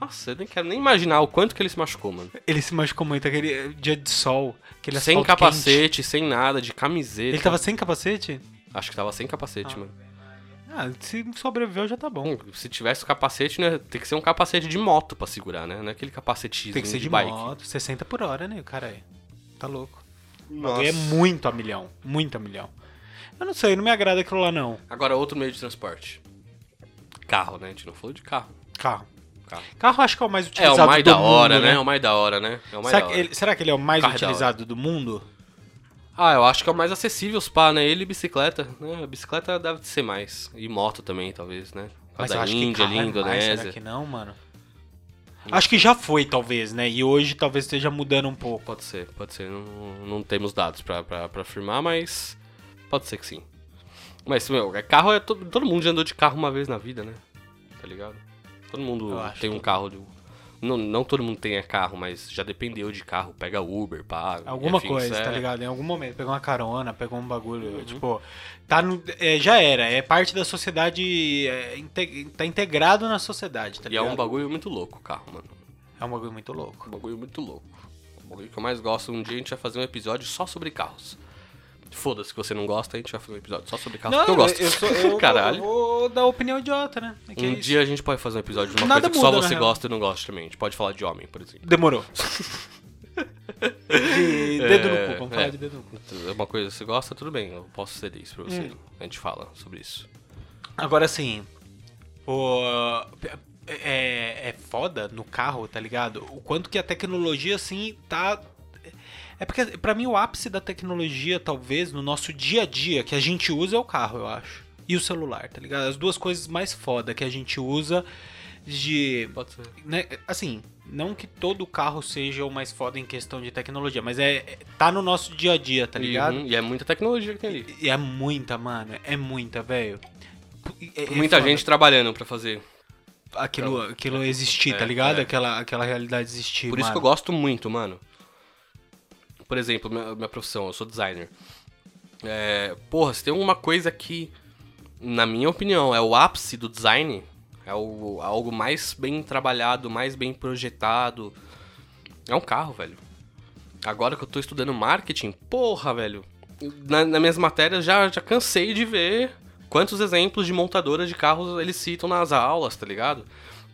S1: Nossa, eu nem quero nem imaginar o quanto que ele se machucou, mano.
S2: Ele se machucou muito aquele dia de sol. Aquele
S1: sem
S2: é asfalto quente.
S1: capacete, sem nada, de camiseta.
S2: Ele tava sem capacete?
S1: Acho que tava sem capacete, mano.
S2: Ah, se sobreviveu já tá bom.
S1: Bom, se tivesse o capacete, né? Tem que ser um capacete de moto pra segurar, né? Não é aquele capacetismo
S2: Tem que ser de,
S1: bike.
S2: moto, 60 por hora, né, caralho? Tá louco.
S1: Nossa.
S2: É muito a milhão, muito a milhão. Eu não sei, não me agrada aquilo lá não.
S1: Agora, outro meio de transporte. Carro, né? A gente não falou de carro.
S2: Carro.
S1: Carro.
S2: Carro acho que é o mais
S1: É
S2: utilizado
S1: o mais
S2: do
S1: da hora,
S2: mundo,
S1: né? É o mais da hora, né? É o mais
S2: Será
S1: da
S2: que,
S1: hora.
S2: ele, será que ele é o mais
S1: Carro é da
S2: utilizado do mundo?
S1: Ah, eu acho que é o mais acessível os pá, né? Ele e bicicleta, né? A bicicleta deve ser mais. E moto também, talvez, né? Por
S2: Mas
S1: causa
S2: eu
S1: da
S2: acho
S1: Índia, né?
S2: que
S1: ali,
S2: carro é mais, será
S1: Indonésia.
S2: que não, mano? Acho que já foi, talvez, né? E hoje talvez esteja mudando um pouco.
S1: Pode ser, pode ser. Não, não temos dados pra, pra, pra afirmar, mas pode ser que sim. Mas, meu, é carro é. to- Todo, mundo já andou de carro uma vez na vida, né? Tá ligado? Todo mundo
S2: Eu acho
S1: tem um
S2: que- é.
S1: carro. de- não, não todo mundo tem é carro, mas já dependeu de carro. Pega Uber, paga. é-
S2: Alguma coisa, tá ligado? Em algum momento, pegou uma carona, pegou um bagulho,
S1: Uhum.
S2: tipo, tá no, é, já era, é parte da sociedade, é, inte- tá integrado na sociedade, tá
S1: E é
S2: ligado?
S1: um bagulho muito louco o carro, mano.
S2: É um bagulho muito louco.
S1: Um bagulho muito louco. Um bagulho que eu mais gosto. Um dia a gente vai fazer um episódio só sobre carros. Foda-se que você não gosta, a gente vai fazer um episódio só sobre carros, porque eu gosto.
S3: Eu, sou, eu
S1: Caralho.
S3: Vou, vou dar opinião idiota, né? É que é
S1: Um
S3: isso.
S1: dia a gente pode fazer um episódio de uma
S3: Nada
S1: coisa que só
S3: muda, né? na
S1: você
S3: real.
S1: gosta e não gosta também. A gente pode falar de homem, por exemplo.
S3: Demorou. De dedo
S1: É,
S3: no cu, vamos falar
S1: é.
S3: de dedo no cu. É.
S1: É Uma coisa que você gosta, tudo bem, eu posso ser isso pra você. A gente fala sobre isso.
S3: Agora sim.
S2: assim, O, é, é foda no carro, tá ligado? O quanto que a tecnologia, assim, tá. É porque, pra mim, o ápice da tecnologia, talvez, no nosso dia a dia, que a gente usa é o carro, eu acho. E o celular, tá ligado? As duas coisas mais foda que a gente usa de.
S1: Pode ser.
S2: né, assim, não que todo carro seja o mais foda em questão de tecnologia, mas é, é- tá no nosso dia a dia, tá ligado?
S1: E é muita tecnologia que tem ali.
S2: E é muita, mano, é muita, velho. É- é
S1: Muita
S2: foda.
S1: gente trabalhando pra fazer.
S2: aquilo, aquilo existir,
S1: É,
S2: tá ligado?
S1: é.
S2: Aquela, aquela realidade existir.
S1: Por isso que eu gosto muito, mano. Por exemplo, minha, minha profissão, eu sou designer. É, porra, se tem uma coisa que, na minha opinião, é o ápice do design, é o, algo mais bem trabalhado, mais bem projetado, é um carro, velho. Agora que eu tô estudando marketing, porra, velho. Na, nas minhas matérias já, já cansei de ver quantos exemplos de montadoras de carros eles citam nas aulas, tá ligado?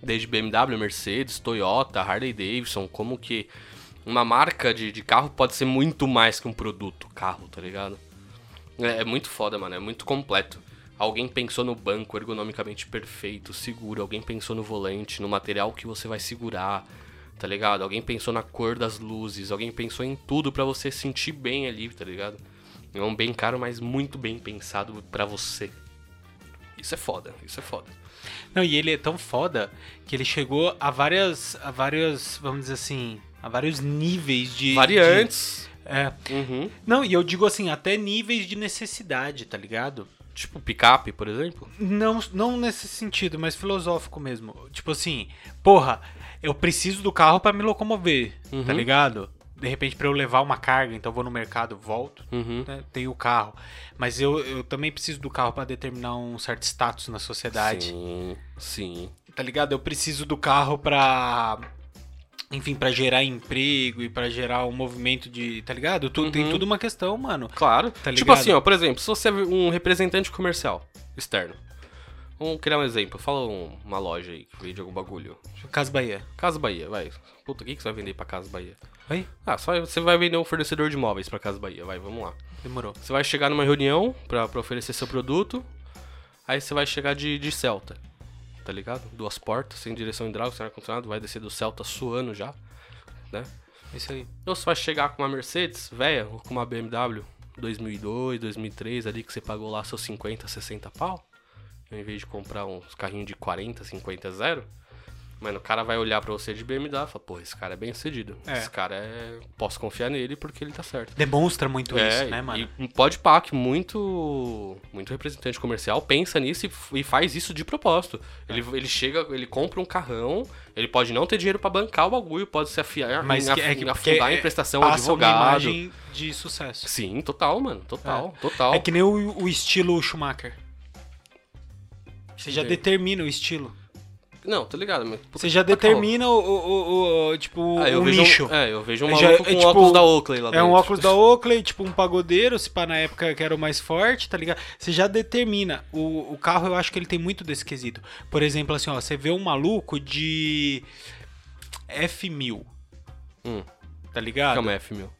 S1: Desde BMW, Mercedes, Toyota, Harley Davidson, como que uma marca de, de carro pode ser muito mais que um produto carro, tá ligado? É, é muito foda, mano, é muito completo. Alguém pensou no banco ergonomicamente perfeito, seguro. Alguém pensou no volante, no material que você vai segurar, tá ligado? Alguém pensou na cor das luzes, alguém pensou em tudo pra você sentir bem ali, tá ligado? É um bem caro, mas muito bem pensado pra você. Isso é foda, isso é foda.
S2: Não, e ele é tão foda que ele chegou a várias. a várias. vamos dizer assim. a vários níveis de.
S1: Variantes.
S2: de- é.
S1: Uhum.
S2: Não, e eu digo assim, até níveis de necessidade, tá ligado?
S1: Tipo picape, por exemplo.
S2: Não, não nesse sentido, mas filosófico mesmo. Tipo assim, porra, eu preciso do carro pra me locomover, tá
S1: Uhum.
S2: ligado? De repente, pra eu levar uma carga, então eu vou no mercado, volto,
S1: Uhum.
S2: né, tem o carro. Mas eu, eu também preciso do carro pra determinar um certo status na sociedade.
S1: Sim, sim.
S2: Tá ligado? Eu preciso do carro pra. Enfim, pra gerar emprego e pra gerar um movimento de. Tá ligado? Tu, Tem
S1: Uhum.
S2: tudo uma questão, mano.
S1: Claro.
S2: Tá
S1: tipo
S2: ligado?
S1: assim, ó, por exemplo, se você é um representante comercial externo. Vamos criar um exemplo. Fala um- uma loja aí que vende algum bagulho.
S2: Casa Bahia.
S1: Casa Bahia, vai. Puta, o que que você vai vender pra Casa Bahia?
S2: Oi?
S1: Ah, só você vai vender um fornecedor de móveis pra Casa Bahia, vai, vamos lá.
S2: Demorou.
S1: Você vai chegar numa reunião pra, pra oferecer seu produto, aí você vai chegar de, de Celta, tá ligado? Duas portas, sem direção hidráulica, sem ar-condicionado, vai descer do Celta suando já, né?
S2: É Isso aí.
S1: Ou você vai chegar com uma Mercedes, velha, ou com uma BMW 2002, 2003, ali que você pagou lá seus 50, 60 pau, ao invés de comprar uns carrinhos de 40, 50, zero, mano, o cara vai olhar pra você de BMW e fala, pô, esse cara é bem sucedido,
S2: É.
S1: esse cara é... posso confiar nele porque ele tá certo.
S2: Demonstra muito
S1: É,
S2: isso, né, mano?
S1: E pode pá que muito, muito representante comercial pensa nisso e, f- e faz isso de propósito. Ele,
S2: É.
S1: ele chega, ele compra um carrão, ele pode não ter dinheiro pra bancar o bagulho, pode se afiar,
S2: Mas que- é que- porque
S1: afundar
S2: é-
S1: em prestação
S2: Passa uma
S1: advogado.
S2: imagem de sucesso.
S1: Sim, total, mano, total, total.
S2: É que nem o, o estilo Schumacher. Você já
S1: Entendi.
S2: determina o estilo.
S1: Não, tô ligado, mas puta
S2: Você já
S1: que tá calmo.
S2: determina o, o- o- o- tipo,
S1: Ah, eu
S2: o
S1: vejo
S2: nicho.
S1: Um, é, eu vejo um
S2: Já-
S1: maluco
S2: é
S1: com
S2: tipo-
S1: óculos da Oakley lá
S2: É
S1: dentro.
S2: um óculos da Oakley, tipo um pagodeiro, se pá, na época que era o mais forte, tá ligado? Você já determina. O, o carro, eu acho que ele tem muito desse quesito. Por exemplo, assim, ó, você vê um maluco de F1000,
S1: Hum,
S2: tá ligado?
S1: que é uma F, meu.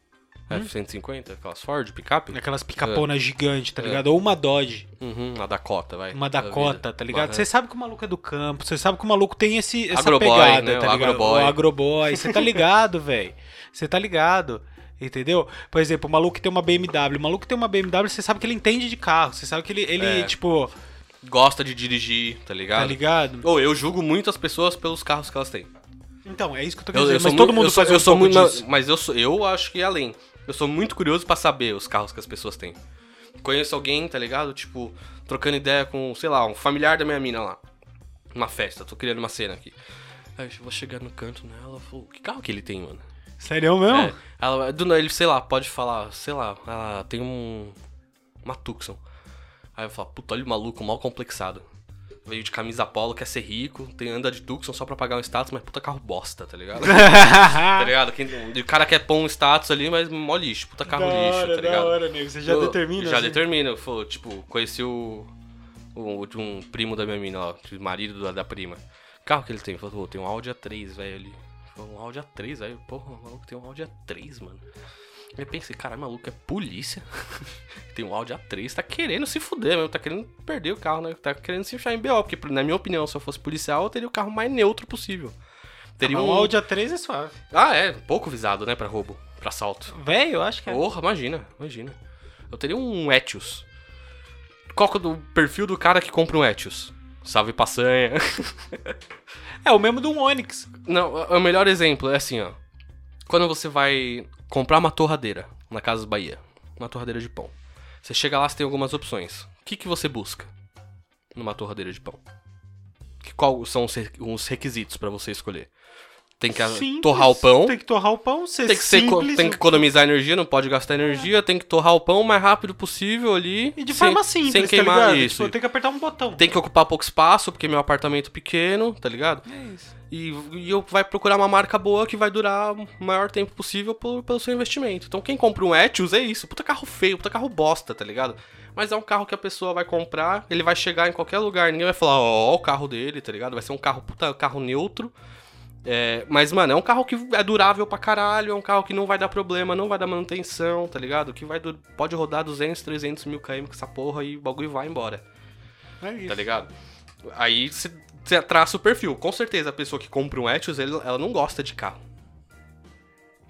S1: F-150, aquelas Ford, picape?
S2: Aquelas picaponas gigantes, tá ligado? Ou uma Dodge,
S1: Uhum, uma Dakota, vai.
S2: uma
S1: da
S2: Dakota,
S1: vida.
S2: tá ligado?
S1: Uma-
S2: Você sabe que o maluco é do campo, você sabe que o maluco tem esse, essa
S1: Agroboy,
S2: pegada,
S1: né?
S2: tá
S1: O
S2: ligado?
S1: agroboy.
S2: O agroboy, você tá ligado, velho. Você tá ligado. Entendeu? Por exemplo, o maluco que tem uma BMW. O maluco que tem uma BMW, você sabe que ele entende de carro. Você sabe que ele, ele
S1: É.
S2: tipo,
S1: Gosta de dirigir, tá ligado?
S2: tá ligado?
S1: Ou eu julgo muito as pessoas pelos carros que elas têm.
S2: Então, é isso que eu tô
S1: Eu,
S2: querendo
S1: eu
S2: dizer.
S1: sou
S2: Mas todo
S1: muito-
S2: mundo
S1: eu sou,
S2: faz
S1: eu
S2: um
S1: sou
S2: pouco
S1: muito, não,
S2: disso.
S1: mas eu sou, eu acho que é além. Eu sou muito curioso pra saber os carros que as pessoas têm. Conheço alguém, tá ligado? Tipo, trocando ideia com, sei lá, um familiar da minha mina lá. Uma festa, tô criando uma cena aqui. Aí eu vou chegar no canto nela, eu falo, que carro que ele tem, mano?
S2: Sério mesmo?
S1: É, ela, do nada, ele, sei lá, pode falar, sei lá, ela tem um. Uma Tucson. Aí eu falo, puta, olha o maluco mal complexado. Veio de camisa polo, quer ser rico, tem anda de Tucson só pra pagar um status, mas puta carro bosta, tá ligado? tá ligado? Quem, o cara quer pôr um status ali, mas mó lixo, puta carro lixo, tá ligado?
S3: hora, nego. Você já
S1: Eu-
S3: determina?
S1: Já
S3: assim?
S1: determina. Eu falo, tipo, conheci o, o de um primo da minha mina, ó, de marido da, da prima. Que Carro que ele tem? Falou, "Pô, tem um Audi A3, velho, ali. Falou, um Audi A3, velho. Porra, maluco, tem um Audi A3, mano. Aí Eu pensei, cara, maluco, é polícia. tem um Audi A3, tá querendo se fuder mesmo, tá querendo perder o carro, né? Tá querendo se enfiar em BO, porque na minha opinião, se eu fosse policial, eu teria o carro mais neutro possível. Teria
S3: Ah,
S1: um...
S3: Um Audi A3 é suave.
S1: Ah, é, pouco visado, né, pra roubo, pra assalto.
S3: Velho, eu acho que é.
S1: Porra, imagina, imagina. Eu teria um Etios. Qual que é o perfil do cara que compra um Etios? Salve Passanha.
S3: É o mesmo de um Onix.
S1: Não, é o melhor exemplo é assim, ó. Quando você vai comprar uma torradeira na Casa Bahia, uma torradeira de pão. Você chega lá, você tem algumas opções. O que, que você busca numa torradeira de pão? Que, qual são os, re- os requisitos pra você escolher? Tem que a-
S3: Simples.
S1: torrar o pão.
S3: Tem que torrar o pão, ser
S1: Tem que, ser, co-
S3: simples
S1: tem que economizar energia, não pode gastar energia, tem que torrar o pão o mais rápido possível ali.
S3: E de
S1: sem-
S3: forma simples,
S1: Sem queimar
S3: tá ligado?
S1: isso.
S3: Tipo, tem que apertar um botão.
S1: Tem que ocupar pouco espaço, porque meu apartamento é pequeno, tá ligado?
S3: É isso.
S1: E, e eu vai procurar uma marca boa que vai durar o maior tempo possível pelo, pelo seu investimento. Então quem compra um Etios é isso, puta carro feio, puta carro bosta, tá ligado? Mas é um carro que a pessoa vai comprar, ele vai chegar em qualquer lugar, ninguém vai falar, ó, o carro dele, tá ligado? Vai ser um carro puta, carro neutro. É, mas, mano, é um carro que é durável pra caralho, é um carro que não vai dar problema, não vai dar manutenção, tá ligado? Que vai du- pode rodar 200, 300 mil km com essa porra e o bagulho vai embora
S3: É isso.
S1: tá ligado? Aí você você traça o perfil. Com certeza a pessoa que compra um Etios, ele- ela não gosta de carro.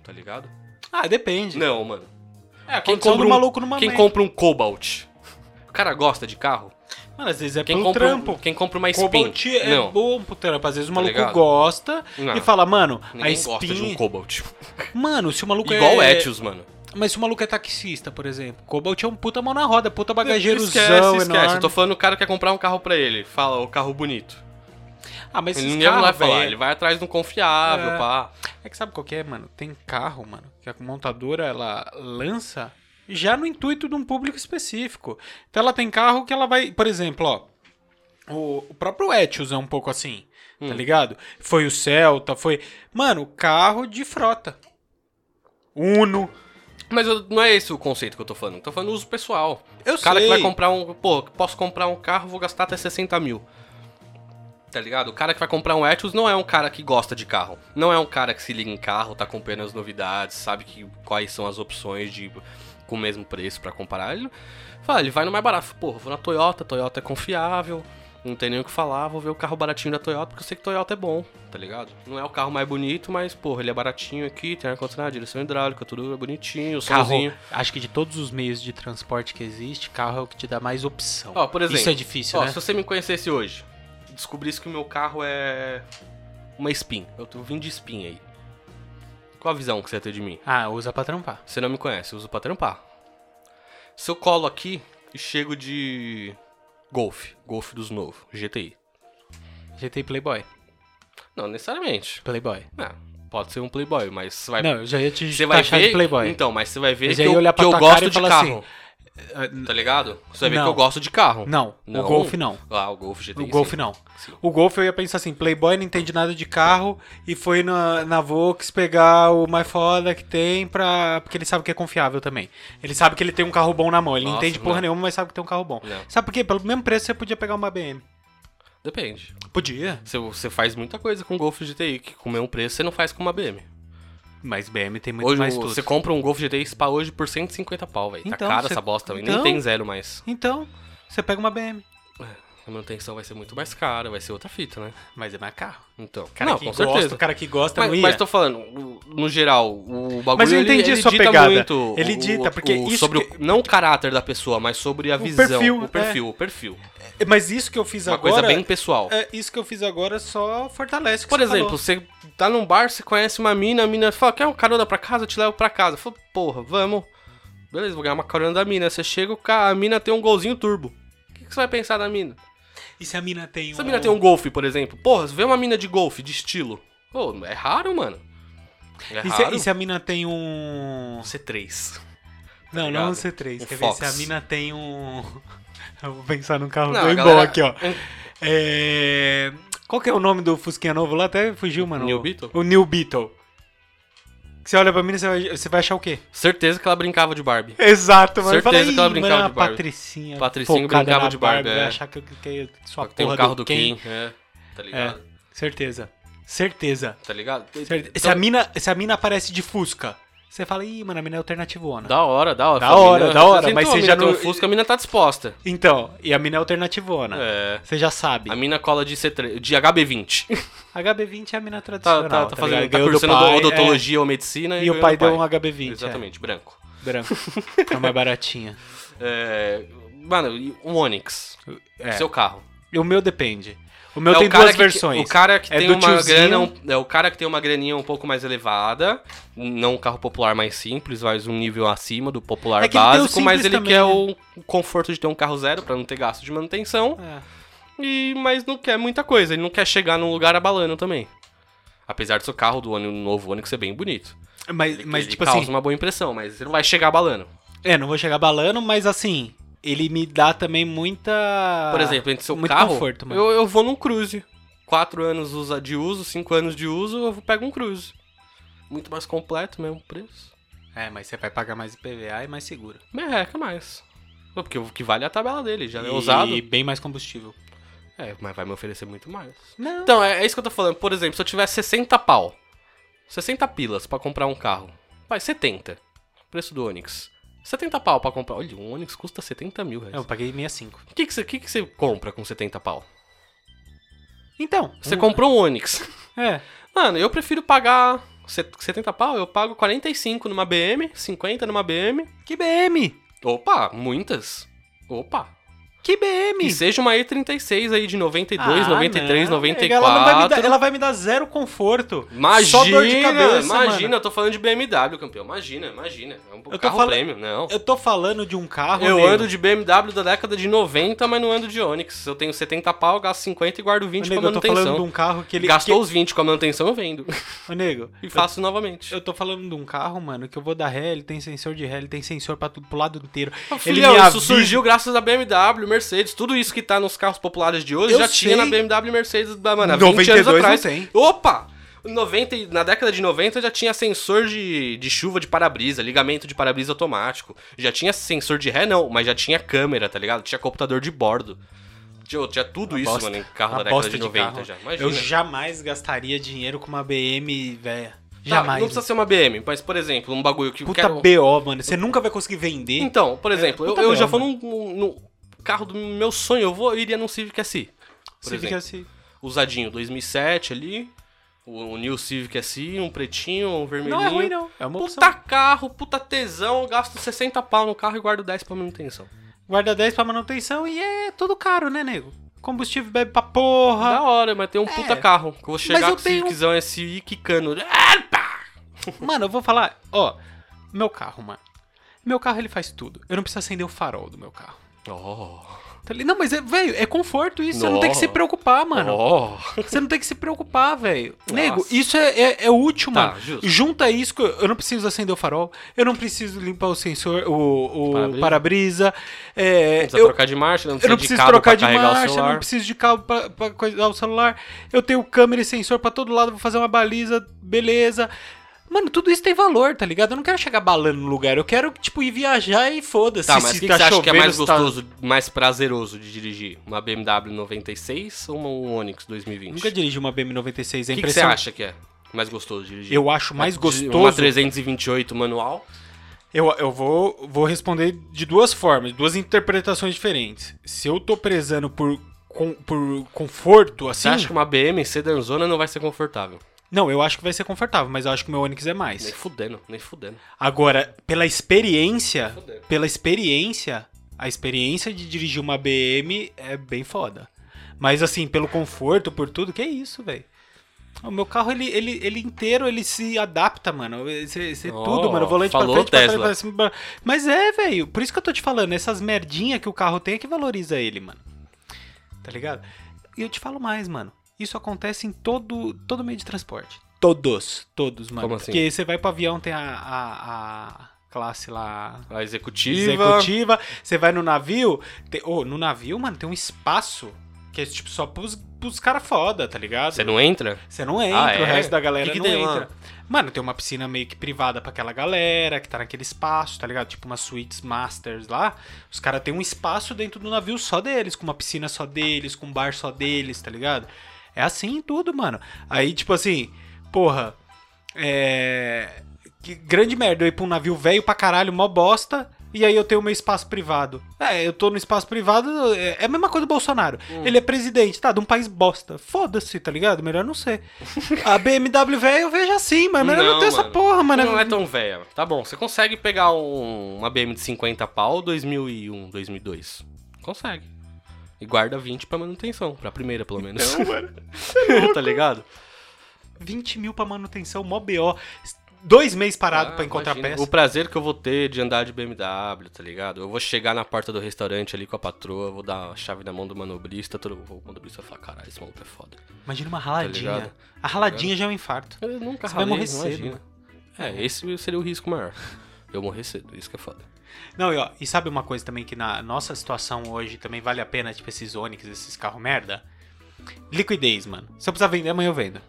S1: Tá ligado?
S3: Ah, depende.
S1: Não, mano.
S3: É,
S1: Quem
S3: quem compra
S1: compra
S3: um
S1: um-
S3: maluco numa
S1: Quem
S3: mãe.
S1: compra um Cobalt? O cara gosta de carro?
S3: Mano, às vezes é
S1: Quem
S3: pelo
S1: compra, um-
S3: trampo.
S1: quem compra uma Spin?
S2: Cobalt
S3: Ti- É
S1: não. Tá
S3: bom pro trampo. Às vezes o maluco
S1: ligado?
S3: gosta
S1: Não.
S3: e fala, mano, a
S1: Ninguém
S3: espinha...
S1: gosta de um Cobalt.
S2: Mano, se o maluco é...
S1: Igual o Etios, mano.
S2: Mas se o maluco é taxista, por exemplo, Cobalt é um puta mão na roda, puta bagageirozão
S1: Esquece,
S2: enorme.
S1: esquece. Eu tô falando o cara quer comprar um carro pra ele. Fala, o carro bonito.
S2: Ah, mas
S1: Ele
S2: esses
S1: ninguém
S2: carros,
S1: vai falar,
S2: velho,
S1: ele vai atrás de um confiável,
S2: É.
S1: pá.
S2: É que sabe qual que é, mano? Tem carro, mano, que a montadora ela lança já no intuito de um público específico. Então ela tem carro que ela vai, por exemplo, ó, o, o próprio Etios é um pouco assim, tá
S1: Hum.
S2: ligado? Foi o Celta, foi, mano, carro de frota. Uno.
S1: Mas eu- não é esse o conceito que eu tô falando. Eu Tô falando uso pessoal.
S2: Eu
S1: O cara
S2: sei.
S1: que vai comprar um. Pô, posso comprar um carro, vou gastar até 60 mil. Tá ligado? O cara que vai comprar um Etios não é um cara que gosta de carro. Não é um cara que se liga em carro, tá acompanhando as novidades, sabe que, quais são as opções de com o mesmo preço pra comparar. Ele, fala, ele vai no mais barato. Porra, vou na Toyota, Toyota é confiável. Não tem nem o que falar, vou ver o carro baratinho da Toyota, porque eu sei que Toyota é bom, tá ligado? Não é o carro mais bonito, mas, porra, ele é baratinho aqui, tem ar-condicionado, direção hidráulica, tudo é bonitinho, o somzinho.
S2: Carro, acho que de todos os meios de transporte que existe, carro é o que te dá mais opção.
S1: Ó, por exemplo,
S2: Isso é difícil,
S1: Ó,
S2: né?
S1: se você me conhecesse hoje, descobrisse que o meu carro é uma spin. Eu tô vindo de spin aí. Qual a visão que você ia ter de mim?
S2: Ah, usa pra trampar.
S1: Você não me conhece, eu uso pra trampar. Se eu colo aqui e chego de Golf, Golf dos novos, GTI.
S2: GT Playboy.
S1: Não necessariamente.
S2: Playboy.
S1: Não, pode ser um Playboy, mas você vai,
S2: Não, eu já ia te
S1: você vai
S2: taxar
S1: ver.
S2: de Playboy.
S1: Então, mas você vai ver
S2: Mas
S1: que
S2: aí
S1: eu,
S2: olhar
S1: que
S2: pra
S1: eu
S2: tua cara
S1: gosto
S2: e
S1: de
S2: falar
S1: carro.
S2: Ah,
S1: Tá ligado? Você vai ver
S2: Não.
S1: que eu gosto de carro.
S2: Não,
S1: Não?
S2: o Golf não.
S1: Ah, o Golf GTI.
S2: O Golf
S1: sim.
S2: não.
S1: Sim.
S2: O Golf eu ia pensar assim, Playboy não entende nada de carro e foi na, na Vox pegar o mais foda que tem pra... Porque ele sabe que é confiável também. Ele sabe que ele tem um carro bom na mão. Ele
S1: Nossa,
S2: não entende porra
S1: não.
S2: nenhuma, mas sabe que tem um carro bom.
S1: Não.
S2: Sabe por quê? Pelo mesmo preço você podia pegar uma BM.
S1: Depende.
S2: Podia.
S1: Você, você faz muita coisa com Golf GTI, que com o mesmo preço você não faz com uma BM.
S2: Mas BM tem muito
S1: hoje
S2: mais
S1: o-
S2: tudo.
S1: você compra um Golf GTI Spa hoje por 150 pau, velho. tá
S2: Então,
S1: cara
S2: você-
S1: essa bosta, velho.
S2: então-
S1: Nem tem zero mais.
S2: Então, você pega uma BM.
S1: A manutenção vai ser muito mais cara, vai ser outra fita, né?
S2: Mas é mais carro.
S1: Então,
S2: Cara
S1: não,
S2: que
S1: com
S2: gosta,
S1: certeza.
S2: O cara que gosta não
S1: Mas,
S2: ia.
S1: mas tô falando, o- no geral, o bagulho
S2: Mas eu
S1: ele-
S2: entendi
S1: ele,
S2: a sua
S1: dita
S2: pegada.
S1: muito.
S2: Ele
S1: o-
S2: dita,
S1: o-
S2: porque
S1: o-
S2: isso
S1: sobre o,
S2: que-
S1: não o caráter da pessoa, mas sobre a visão,
S2: perfil,
S1: o perfil, o perfil.
S2: É, Mas isso que eu fiz
S1: Uma
S2: agora.
S1: coisa bem pessoal.
S2: é, isso que eu fiz agora só fortalece. o que
S1: Por
S2: você
S1: exemplo,
S2: falou.
S1: você tá num bar, você conhece uma mina, a mina fala, quer um carona pra casa? Eu te levo pra casa. Fala, porra, vamos. Beleza, vou ganhar uma carona da mina. Você chega, o ca- a mina tem um golzinho turbo. O que, que você vai pensar da mina?
S2: E se a mina tem
S1: Se a mina tem um golfe, por exemplo, porra, você vê uma mina de golfe, de estilo. Pô, é raro, mano. É
S2: E se,
S1: raro.
S2: e se a mina tem um.
S1: C3.
S2: não, não
S1: ligado?
S2: um C3.
S1: Um
S2: quer
S1: Fox.
S2: ver se a mina tem um. Eu vou pensar num carro
S1: Não, a
S2: bem
S1: galera- um-
S2: bom aqui, ó. É, Qual que é o nome do Fusquinha novo lá? Até fugiu, mano.
S1: New Beetle?
S2: O New Beetle. Que Você olha pra mim e você vai, você vai achar o quê?
S1: Certeza que ela brincava de Barbie.
S2: Exato, mano.
S1: Certeza
S2: Fala,
S1: que
S2: "Ih,
S1: ela brincava
S2: mano, a
S1: de Barbie."
S2: Patricinha.
S1: Patricinha
S2: focada
S1: brincava
S2: na
S1: de Barbie,
S2: Vai
S1: é.
S2: achar que, que, que sua
S1: Tem
S2: porra
S1: o carro do,
S2: do
S1: Ken. É, tá ligado?
S2: Certeza. Certeza.
S1: Tá ligado?
S2: Certeza. Se,
S1: Então,
S2: a mina, se a mina aparece de Fusca, você fala, ih, mano, a mina é alternativona.
S1: Da hora, da hora.
S2: Da
S1: Fala,
S2: hora,
S1: mina,
S2: da hora,
S1: sentou,
S2: mas
S1: a
S2: você
S1: mina
S2: já
S1: tem
S2: não-
S1: um Fusca, a mina tá disposta.
S2: Então, e a mina é alternativona.
S1: É.
S2: Você já sabe.
S1: A mina cola de, C3, de HB20.
S2: HB20 é a mina
S1: Tá,
S2: tradicional.
S1: tá, tá, fazendo,
S2: ligado?
S1: tá
S2: Ganhou do
S1: cursando
S2: pai,
S1: odontologia ou medicina.
S2: é. E o
S1: ganhou
S2: pai
S1: do
S2: deu um HB20. é,
S1: Exatamente, branco.
S2: branco. É mais baratinha.
S1: É, mano, e um Onix.
S2: É.
S1: Seu carro.
S2: E O meu depende. O meu
S1: É,
S2: tem
S1: o cara
S2: duas
S1: que-
S2: versões.
S1: O cara que
S2: É
S1: tem
S2: do
S1: uma
S2: tiozinho.
S1: grana, um- é o cara que tem uma graninha um pouco mais elevada, não um carro popular mais simples, mas um nível acima do popular
S2: É que ele tem o
S1: básico, mas
S2: simples
S1: ele
S2: também,
S1: quer
S2: né?
S1: o conforto de ter um carro zero pra não ter gasto de manutenção,
S2: É.
S1: e mas não quer muita coisa, ele não quer chegar num lugar abalando também. Apesar do seu carro do ano novo ano que ser bem bonito.
S2: Mas,
S1: Ele,
S2: mas
S1: ele
S2: tipo
S1: causa
S2: assim,
S1: uma boa impressão, mas você não vai chegar abalando.
S2: é, não vou chegar balando, mas assim, ele me dá também muita.
S1: Por exemplo, entre seu
S2: Ah, muito
S1: carro,
S2: conforto, mano.
S1: eu, eu vou num cruze. Quatro anos usa- de uso, cinco anos de uso, eu vou- pego um cruze. Muito mais completo, mesmo preço.
S2: É, mas você vai pagar mais IPVA e mais seguro.
S1: Merreca mais. Pô, Porque o que vale é a tabela dele, já é
S2: e
S1: usado.
S2: bem mais combustível.
S1: É, mas vai me oferecer muito mais.
S2: Não.
S1: Então, é, é isso que eu tô falando. Por exemplo, se eu tiver 60 pau, 60 pilas pra comprar um carro, vai, 70. Preço do Onix. 70 pau pra comprar. Olha, um Onix custa 70 mil reais.
S2: Eu paguei 65.
S1: O que que você que que você compra com 70 pau?
S2: Então.
S1: Você
S2: um-
S1: comprou um Onix.
S2: É.
S1: Mano, eu prefiro pagar set- 70 pau, eu pago 45 numa BM, 50 numa BM.
S2: Que BM!
S1: Opa, muitas. Opa.
S2: Que BM!
S1: Que seja uma E36 aí de 92,
S2: Ah,
S1: 93,
S2: não.
S1: 94.
S2: Ela, não vai me dar, ela vai me dar zero conforto.
S1: Imagina,
S2: Só dor de cabeça.
S1: imagina,
S2: mano.
S1: eu tô falando de BMW, campeão. Imagina, imagina. É um
S2: tô
S1: carro
S2: falando-
S1: prêmio, não.
S2: Eu tô falando de um carro.
S1: Eu
S2: nego.
S1: ando de BMW da década de 90, mas não ando de Onix. Eu tenho 70 pau, gasto 50 e guardo 20
S2: Nego,
S1: pra
S2: eu tô falando de
S1: manutenção.
S2: um carro que ele.
S1: Gastou os 20 com a manutenção, eu vendo.
S2: que- Ô, nego,
S1: E faço novamente.
S2: Eu tô falando de um carro, mano, que eu vou dar ré, ele tem sensor de ré, ele tem sensor pra tudo, pro lado inteiro.
S1: Ô,
S2: ele
S1: Filhão,
S2: me
S1: isso
S2: avisa-
S1: surgiu graças à BMW, Mercedes. Tudo isso que tá nos carros populares de hoje
S2: Eu
S1: já tinha
S2: sei.
S1: na BMW e Mercedes, da- mano, há 20 anos
S2: 92 não
S1: atrás.
S2: tem.
S1: Opa! 90, e- na década de 90 já tinha sensor de, de chuva de para-brisa, ligamento de para-brisa automático. Já tinha sensor de ré, não, mas já tinha câmera, tá ligado? Tinha computador de bordo. Tinha, tinha tudo isso,
S2: bosta.
S1: mano, em carro
S2: Uma
S1: da década
S2: bosta
S1: de
S2: de
S1: 90
S2: carro.
S1: já. Imagina.
S2: Eu jamais gastaria dinheiro com uma BM, velha.
S1: Tá,
S2: Jamais.
S1: Não precisa ser uma BM, mas, por exemplo, um bagulho que eu
S2: Puta
S1: quero-
S2: BO, mano. Você nunca vai conseguir vender.
S1: Então, por exemplo, eu,
S2: é, puta
S1: eu já
S2: BO,
S1: vou num, num- num carro do meu sonho, eu vou eu iria num Civic SI. Por
S2: Você
S1: exemplo.
S2: fica assim.
S1: usadinho, 2007 ali, o, o New Civic SI, um pretinho, um vermelhinho.
S2: Não é ruim, não. É uma opção.
S1: Puta carro, puta tesão, gasto 60 pau no carro e guardo 10 pra manutenção.
S2: Guarda 10 pra manutenção e é tudo caro, né, nego? Combustível bebe pra porra. É.
S1: Da hora, mas tem um puta carro. Que eu vou chegar
S2: Mas eu
S1: com o
S2: tenho-
S1: Civiczão SI quicando.
S2: Mano, eu vou falar, ó, meu carro, mano. Meu carro ele faz tudo. Eu não preciso acender o farol do meu carro.
S1: Oh,
S2: Tá li- Não, mas é, velho, é conforto isso. Você não tem que se
S1: Nó.
S2: preocupar, mano.
S1: oh.
S2: Você não tem que se preocupar, velho.
S1: Nossa.
S2: Nego, isso é, é, é útil,
S1: Tá,
S2: mano.
S1: justo.
S2: Junta isso, que eu eu não preciso acender o farol, eu não preciso limpar o sensor, o, o
S1: Para-brisa.
S2: para-brisa. é,
S1: Não precisa
S2: eu,
S1: trocar de marcha, não
S2: eu
S1: precisa
S2: não
S1: de
S2: preciso
S1: cabo
S2: trocar
S1: pra
S2: de
S1: carregar o
S2: marcha, eu
S1: celular.
S2: não preciso de cabo pra, pra coisar o celular. Eu tenho câmera e sensor pra todo lado, vou fazer uma baliza, beleza. Mano, tudo isso tem valor, tá ligado? Eu não quero chegar balando no lugar, eu quero, tipo, ir viajar e foda-se.
S1: Tá, mas o
S2: se
S1: que, que você acha que é
S2: chovendo,
S1: mais
S2: se tá-
S1: gostoso, mais prazeroso de dirigir? Uma BMW 96 ou uma um Onix 2020?
S2: Nunca dirigi uma BM96, é
S1: O que, que você
S2: impressão.
S1: acha que é mais gostoso de dirigir?
S2: Eu acho mais
S1: Uma- Uma
S2: gostoso.
S1: 328 manual.
S2: Eu, eu vou, vou responder de duas formas, duas interpretações diferentes. Se eu tô prezando por, com- por conforto, assim.
S1: Você acha que uma BM sedanzona não vai ser confortável?
S2: Não, eu acho que vai ser confortável, mas eu acho que o meu Onix é mais.
S1: Nem fudendo, nem fudendo.
S2: Agora, pela experiência,
S1: Fudeu.
S2: pela experiência, a experiência de dirigir uma BM é bem foda. Mas assim, pelo conforto, por tudo, que é isso, velho. O meu carro, ele, ele, ele inteiro, ele se adapta, mano. Esse, esse
S1: Ó,
S2: tudo, mano. Volante pra
S1: falou
S2: frente, pra trás,
S1: Tesla.
S2: pra cima. pra- Mas é, velho. Por isso que eu tô te falando. Essas merdinhas que o carro tem é que valoriza ele, mano. Tá ligado? E eu te falo mais, mano. Isso acontece em todo, todo meio de transporte. Todos, todos, mano.
S1: Como assim?
S2: Porque você vai pro avião, tem a, a, a classe lá
S1: A executiva.
S2: executiva. Você vai no navio. Tem, oh, no navio, mano, tem um espaço. Que é tipo só pros, pros caras foda, tá ligado?
S1: Você não entra?
S2: Você não entra,
S1: Ah, é?
S2: o resto da galera
S1: Que que
S2: não
S1: tem lá?
S2: entra. Mano, tem uma piscina meio que privada pra aquela galera que tá naquele espaço, tá ligado? Tipo umas suites masters lá. Os caras têm um espaço dentro do navio só deles, com uma piscina só deles, com um bar só deles, tá ligado? É assim em tudo, mano. Aí, tipo assim, porra, é. Que grande merda eu ir pra um navio velho pra caralho, mó bosta. E aí eu tenho meu espaço privado. É, eu tô no espaço privado, é é a mesma coisa do Bolsonaro.
S1: Hum.
S2: Ele é presidente, tá, de um país bosta. Foda-se, tá ligado? Melhor não ser. A BMW velha eu vejo assim, mas melhor não,
S1: Não,
S2: ter essa
S1: mano.
S2: porra, mano.
S1: Não é tão velha. Tá bom, você consegue pegar um- uma BM de 50 pau 2001, 2002. Consegue. E guarda 20 pra manutenção, pra primeira pelo menos.
S2: Não, Então, mano. é
S1: tá ligado?
S2: 20 mil pra manutenção, mó BO. Dois meses parado
S1: Ah,
S2: pra encontrar
S1: imagina.
S2: peça.
S1: O prazer que eu vou ter de andar de BMW, tá ligado? Eu vou chegar na porta do restaurante ali com a patroa, vou dar a chave na mão do manobrista, todo o manobrista vai falar, caralho, esse maluco é foda.
S2: Imagina uma
S1: Tá
S2: raladinha.
S1: ligado?
S2: a raladinha já é um infarto.
S1: Eu nunca
S2: Você vai
S1: ralei,
S2: morrer cedo, né?
S1: imagina. É, esse seria o risco maior. Eu morrer cedo, isso que é foda.
S2: Não, e, ó, e sabe uma coisa também que na nossa situação hoje também vale a pena, tipo, esses Onix, esses carros merda? Liquidez, mano. Se eu precisar vender, amanhã eu vendo.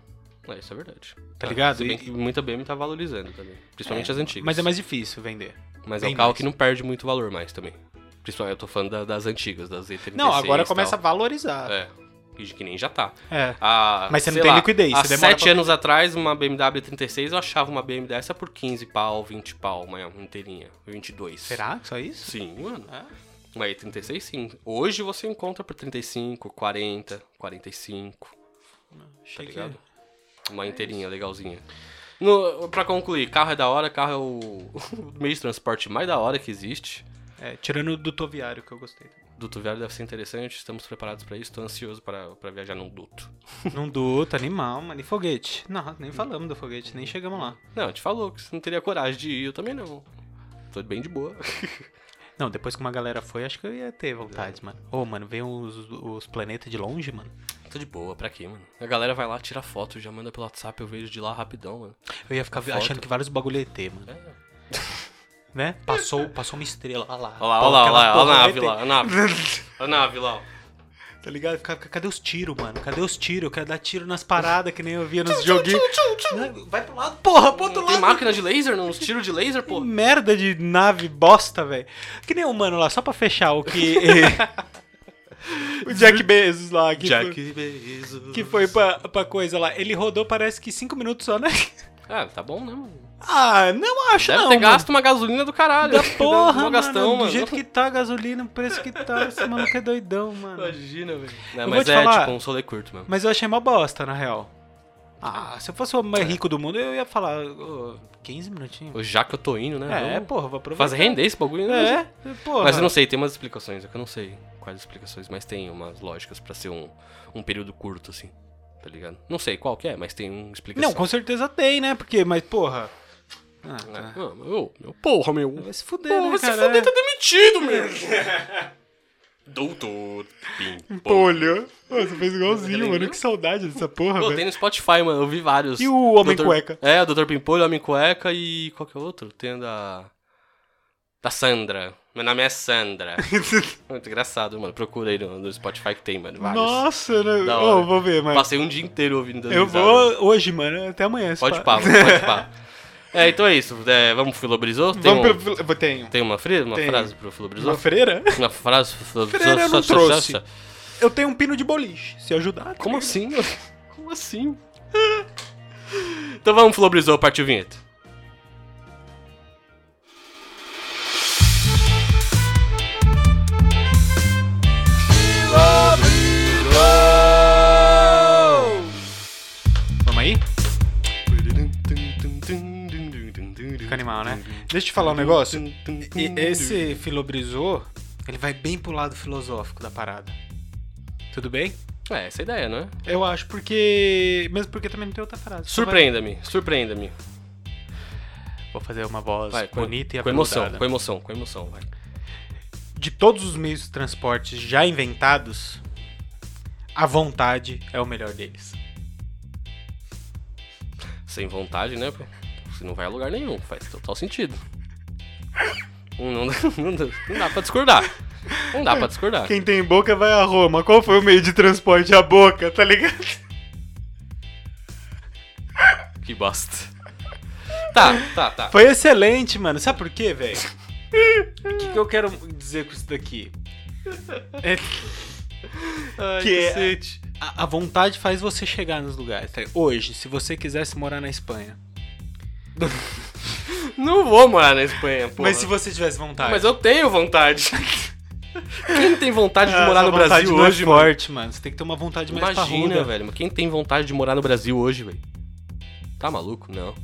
S1: É, isso é verdade.
S2: Tá ligado?
S1: Se bem
S2: E-
S1: que muita BM tá valorizando também. Principalmente as antigas.
S2: Mas é mais difícil vender.
S1: Mas é um
S2: bem
S1: carro
S2: mais.
S1: que não perde muito valor mais também. Principalmente, eu tô falando da- das antigas, das E36
S2: Não, agora
S1: e tal.
S2: começa a valorizar.
S1: É, que que nem já tá.
S2: É.
S1: Ah,
S2: Mas você não
S1: sei
S2: tem
S1: lá,
S2: liquidez,
S1: Há
S2: você demora
S1: sete
S2: pra-
S1: anos atrás, uma BMW 36, eu achava uma BMW dessa por 15 pau, 20 pau, uma inteirinha, 22.
S2: Será que só isso?
S1: Sim, mano.
S2: Ah.
S1: Uma E36 sim. Hoje você encontra por 35, 40, 45, tá
S2: Achei que-
S1: ligado? Uma inteirinha, legalzinha. No, pra concluir, carro é da hora, carro é o, o meio de transporte mais da hora que existe.
S2: É, tirando do toviário que eu gostei.
S1: Do Duviário deve ser interessante, estamos preparados pra isso, tô ansioso pra pra viajar num duto.
S2: Não duto, animal, mano. E foguete? Não, nem falamos do foguete, nem chegamos lá.
S1: Não, eu te falou que você não teria coragem de ir, eu também não. Tô bem de boa.
S2: Não, depois que uma galera foi, acho que eu ia ter vontade, mano. Ô, mano, vem os, os planetas de longe, mano.
S1: Tô de boa, pra quê, mano? A galera vai lá, tira foto, já manda pelo WhatsApp, eu vejo de lá rapidão, mano.
S2: Eu ia ficar
S1: Foto.
S2: achando que vários bagulho é ET, mano. né? Passou, passou uma estrela, olha lá.
S1: Olha lá,
S2: Pô,
S1: olha lá, olha
S2: aquela
S1: lá, olha
S2: porra
S1: a
S2: é
S1: nave
S2: ET.
S1: lá, a nave. A nave lá, ó.
S2: Tá ligado? Fica- fica- cadê os tiros, mano? Cadê os tiros? Eu quero dar tiro nas paradas que nem eu via nos joguinhos. Né? Vai pro lado, porra, pro outro
S1: Não Tem
S2: lado.
S1: máquina de laser, não? Uns tiros de laser,
S2: Que
S1: pô.
S2: merda de nave bosta, velho. Que nem o mano lá, só pra fechar o que. o Jack Bezos lá, que foi,
S1: Bezos.
S2: que foi pra, pra coisa lá. Ele rodou, parece que 5 minutos só, né?
S1: Ah, tá bom, né, mano?
S2: Ah, não acho,
S1: Deve
S2: não.
S1: ter
S2: mano.
S1: gasto uma gasolina do caralho.
S2: Da
S1: Deve ter dado
S2: porra,
S1: mó
S2: mano,
S1: gastão,
S2: do
S1: mano.
S2: jeito que tá a gasolina, o preço que tá, esse maluco é doidão, mano.
S1: Imagina, velho.
S2: Eu
S1: Não,
S2: vou
S1: mas
S2: te
S1: é
S2: falar-
S1: tipo um solê curto mesmo.
S2: Mas eu achei mó bosta, na real. Ah, se eu fosse o
S1: É.
S2: mais rico do mundo, eu ia falar ô, 15 minutinhos.
S1: Mas... Já que eu tô indo, né?
S2: É,
S1: vamos
S2: porra, vou aproveitar.
S1: Fazer render esse bagulho, né?
S2: É, porra.
S1: Mas eu não sei, tem umas explicações, é que eu não sei quais explicações, mas tem umas lógicas pra ser um, um período curto, assim, tá ligado? Não sei qual que é, mas tem uma explicação.
S2: Não, com certeza tem, né? Porque, mas porra. Ah,
S1: É.
S2: tá.
S1: Ah, meu, meu, porra, meu.
S2: Vai se fuder,
S1: Porra,
S2: né,
S1: vai se
S2: cara?
S1: fuder, tá demitido, meu. Doutor Pimpolho.
S2: Olha, você fez igualzinho, mano. Que saudade dessa porra,
S1: Pô, tem no Spotify, mano, eu vi vários.
S2: E o Homem
S1: Doutor-
S2: Cueca?
S1: É, o Doutor Pimpolho, Homem Cueca e qual que é o outro? Tem o da... Da Sandra. Meu nome é Sandra. Muito engraçado, mano. Procura aí no, no Spotify que tem, mano. Vários.
S2: Nossa, né?
S1: Da
S2: Ô,
S1: hora.
S2: vou ver, mano.
S1: Passei um dia inteiro ouvindo. dando
S2: Eu
S1: risada.
S2: vou hoje, mano. Até amanhã. se
S1: Pode
S2: pá.
S1: pá, mano, pode pá. É, então é isso. É, vamos pro Filobrizou? Tem,
S2: Vamos
S1: um-
S2: pro. fil- Eu tenho.
S1: tem um uma, fri- uma
S2: Tem.
S1: frase pro
S2: Uma
S1: Filobrizou?
S2: freira?
S1: Uma frase pro
S2: Freira eu
S1: só-
S2: não
S1: só-
S2: trouxe.
S1: só-
S2: Eu tenho um pino de boliche, se ajudar.
S1: Como assim? mano? Como assim? Então vamos, Filobrizou, partiu vinheta.
S2: Vamos aí? Fica animal, né? Deixa eu te falar um negócio. E- Esse filobrizô, ele vai bem pro lado filosófico da parada. Tudo bem?
S1: É, essa é a ideia, não é?
S2: Eu acho, porque. Mesmo porque também não tem outra frase. Só vai-
S1: Surpreenda-me, surpreenda-me.
S2: Vou fazer uma voz
S1: Vai, com,
S2: bonita e
S1: com emoção,
S2: aveludada.
S1: com emoção, com emoção, vai.
S2: De todos os meios de transporte já inventados, a vontade é o melhor deles.
S1: Sem vontade, né? pô? Você não vai a Hum, lugar nenhum, faz total sentido. Não, não, não dá pra discordar. Não dá pra discordar.
S3: Quem tem boca vai a Roma. Qual foi o meio de transporte? A boca, tá ligado?
S1: Que bosta. Tá, tá, tá.
S3: Foi excelente, mano. Sabe por quê, velho? O que, que eu quero dizer com isso daqui? É
S1: Ai,
S3: que é-
S1: cacete.
S2: A, a vontade faz você chegar nos lugares. tá ligado? Hoje, se você quisesse morar na Espanha.
S1: Não vou morar na Espanha, pô.
S3: Mas se você tivesse vontade.
S1: Mas eu tenho vontade. Quem tem vontade de
S3: Ah,
S1: morar
S3: essa
S1: no
S3: vontade
S1: Brasil
S3: não é
S1: hoje, mano?
S2: Forte, mano. Você tem que ter uma vontade mais
S1: Imagina,
S2: parruda.
S1: velho. Mas quem tem vontade de morar no Brasil hoje, velho? Tá maluco? Não.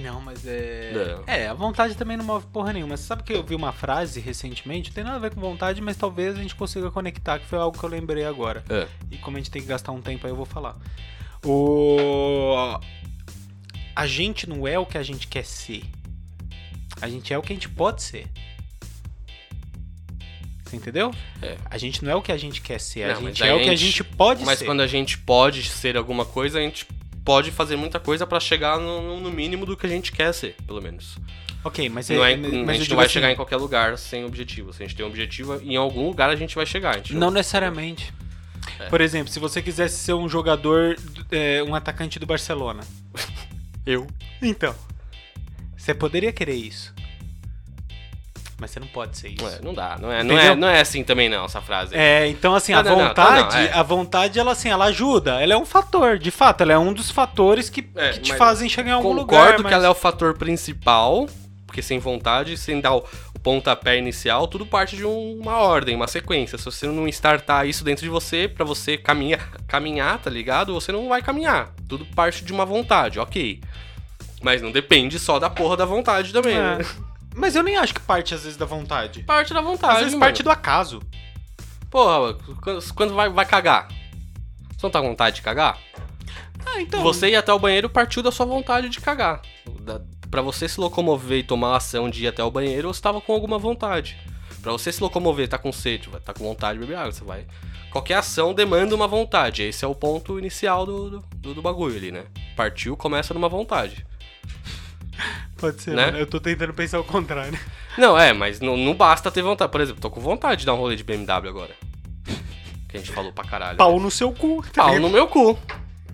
S2: Não, mas é.
S1: Não.
S2: É, a vontade também não move porra nenhuma. Você sabe que eu vi uma frase recentemente? Não tem nada a ver com vontade, mas talvez a gente consiga conectar, que foi algo que eu lembrei agora.
S1: É.
S2: E como a gente tem que gastar um tempo aí, eu vou falar. O. A gente não é o que a gente quer ser. A gente é o que a gente pode ser. Você entendeu?
S1: É.
S2: A gente não é o que a gente quer ser, a
S1: Não, mas
S2: gente
S1: a
S2: é o que a
S1: gente-
S2: gente pode
S1: Mas
S2: ser.
S1: quando a gente pode ser alguma coisa, a gente pode fazer muita coisa pra chegar no, no mínimo do que a gente quer ser, pelo menos.
S2: Ok, mas,
S1: Não é-
S2: mas eu
S1: a gente
S2: digo
S1: não vai
S2: assim,
S1: chegar em qualquer lugar sem objetivo. Se a gente tem um objetivo, em algum lugar a gente vai chegar. a gente
S2: Não necessariamente.
S1: É.
S2: Por exemplo, se você quisesse ser um jogador, é, um atacante do Barcelona.
S1: Eu.
S2: Então. Você poderia querer isso. Mas você não pode ser isso.
S1: É, não dá. Não é, não, é,
S2: Entendeu?
S1: não é assim também, não, essa frase.
S2: É, então assim,
S1: Não,
S2: a
S1: não, não, tá,
S2: vontade,
S1: não, é.
S2: a vontade, ela assim, ela ajuda. Ela é um fator, de fato, ela é um dos fatores que,
S1: É,
S2: que te
S1: mas
S2: fazem chegar em algum
S1: Concordo
S2: lugar.
S1: que ela é o fator principal, porque sem vontade, sem dar o, o pontapé inicial, tudo parte de um- uma ordem, uma sequência. Se você não startar isso dentro de você, pra você caminhar, caminhar, tá ligado? Você não vai caminhar. Tudo parte de uma vontade, ok. Mas não depende só da porra da vontade também, né?
S2: É. Mas eu nem acho que parte às vezes da vontade.
S1: Parte da
S2: Às
S1: vontade,
S2: vezes
S1: mano.
S2: parte do acaso.
S1: Porra, quando, quando vai, vai cagar? Você não tá com vontade de cagar?
S2: Ah, então.
S1: Você ir até o banheiro partiu da sua vontade de cagar. Da, pra você se locomover e tomar a ação de ir até o banheiro, você tava com alguma vontade. Pra você se locomover, tá com sede, vai- tá com vontade de beber água, você vai. Qualquer ação demanda uma vontade. Esse é o ponto inicial do, do, do bagulho ali, né? Partiu, começa numa vontade.
S2: Pode ser,
S1: né?
S2: mano. Eu tô tentando pensar o contrário.
S1: Não, é, mas não, não basta ter vontade. Por exemplo, tô com vontade de dar um rolê de BMW agora. Que a gente falou pra caralho.
S2: Pau no seu cu. tá
S1: Pau no meu cu.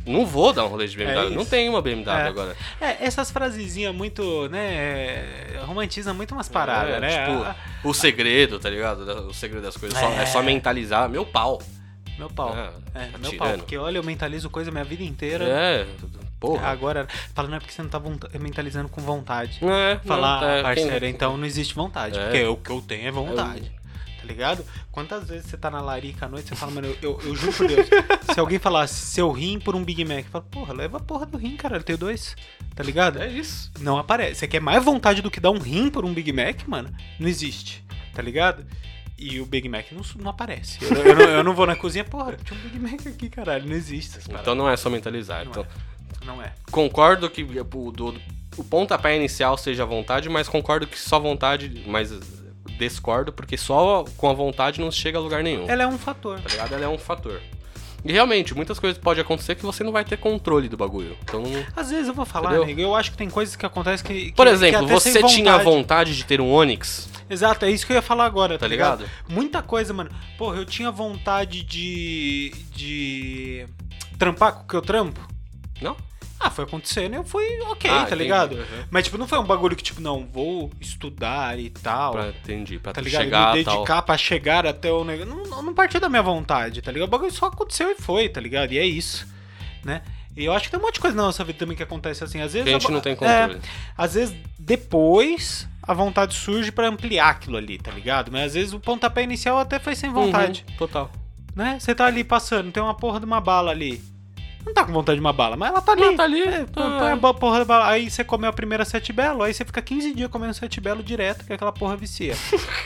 S1: Não vou dar um rolê de BMW.
S2: É
S1: não
S2: isso.
S1: tem uma BMW
S2: É.
S1: agora.
S2: É, essas frasezinhas muito, né, é, romantiza muito umas paradas,
S1: É,
S2: né?
S1: Tipo,
S2: Ah,
S1: o segredo, tá ligado? O segredo das coisas. só- É,
S2: É.
S1: só mentalizar. Meu pau.
S2: meu pau.
S1: Ah,
S2: É,
S1: tá
S2: meu pau,
S1: tirando.
S2: porque olha, eu mentalizo coisa minha vida inteira.
S1: É, porra.
S2: Agora, fala, não é porque você não tá vonta- mentalizando com vontade.
S1: É, não,
S2: Falar,
S1: tá,
S2: ah, parceiro,
S1: quem-
S2: então não existe vontade.
S1: É.
S2: Porque o que eu tenho é vontade. Tá ligado? Quantas vezes você tá na larica à noite você fala, mano, eu, eu, eu juro por Deus. se alguém falasse seu rim por um Big Mac, eu falo, porra, leva a porra do rim, cara, eu tenho dois. Tá ligado?
S1: É isso.
S2: Não aparece. Você quer mais vontade do que dar um rim por um Big Mac, mano? Não existe, tá ligado? E o Big Mac não, su- não aparece. Eu, eu não, eu não vou na cozinha, porra, tinha um Big Mac aqui, caralho. Não existe essas paradas.
S1: Então não é só mentalizar.
S2: Não
S1: então,
S2: Não é.
S1: Concordo que tipo, o, do- o pontapé inicial seja a vontade, mas concordo que só vontade. Mas discordo, porque só com a vontade não se chega a lugar nenhum.
S2: Ela é um fator.
S1: Tá ligado? Ela é um fator. E realmente, muitas coisas podem acontecer que você não vai ter controle do bagulho. Então não.
S2: Às vezes eu vou falar,
S1: Entendeu?
S2: amigo, eu acho que tem coisas que acontecem que. que- é
S1: Por
S2: que
S1: exemplo,
S2: até sem
S1: você tinha vontade de ter um Onix,
S2: Exato, é isso que eu ia falar agora, tá,
S1: tá
S2: ligado?
S1: ligado?
S2: Muita coisa, mano. Porra, eu tinha vontade de. de. trampar com o que eu trampo.
S1: Não?
S2: Ah, foi acontecendo, eu fui ok,
S1: Ah,
S2: tá
S1: entendi.
S2: ligado?
S1: Uhum.
S2: Mas, tipo, não foi um bagulho que, tipo, não, vou estudar e tal.
S1: Pra, entendi, pra
S2: tá
S1: tu
S2: ligado?
S1: chegar
S2: Me
S1: e tal.
S2: dedicar pra chegar até o negócio. Não, não- não partiu da minha vontade, tá ligado? O bagulho só aconteceu e foi, tá ligado? E é isso, né? E eu acho que tem um monte de coisa na nossa vida também que acontece assim. Às vezes.
S1: Que a gente
S2: bo-
S1: não tem
S2: É,
S1: controle.
S2: às vezes depois a vontade surge pra ampliar aquilo ali, tá ligado? Mas às vezes o pontapé inicial até foi sem vontade,
S1: Uhum, total.
S2: né? Você tá ali passando, tem uma porra de uma bala ali. Não tá com vontade de uma bala, mas ela tá ali.
S1: Não, tá ali.
S2: É, põe
S1: ah,
S2: a ba- porra da bala. Aí você comeu a primeira sete belo, aí você fica 15 dias comendo sete belo direto, que aquela porra vicia.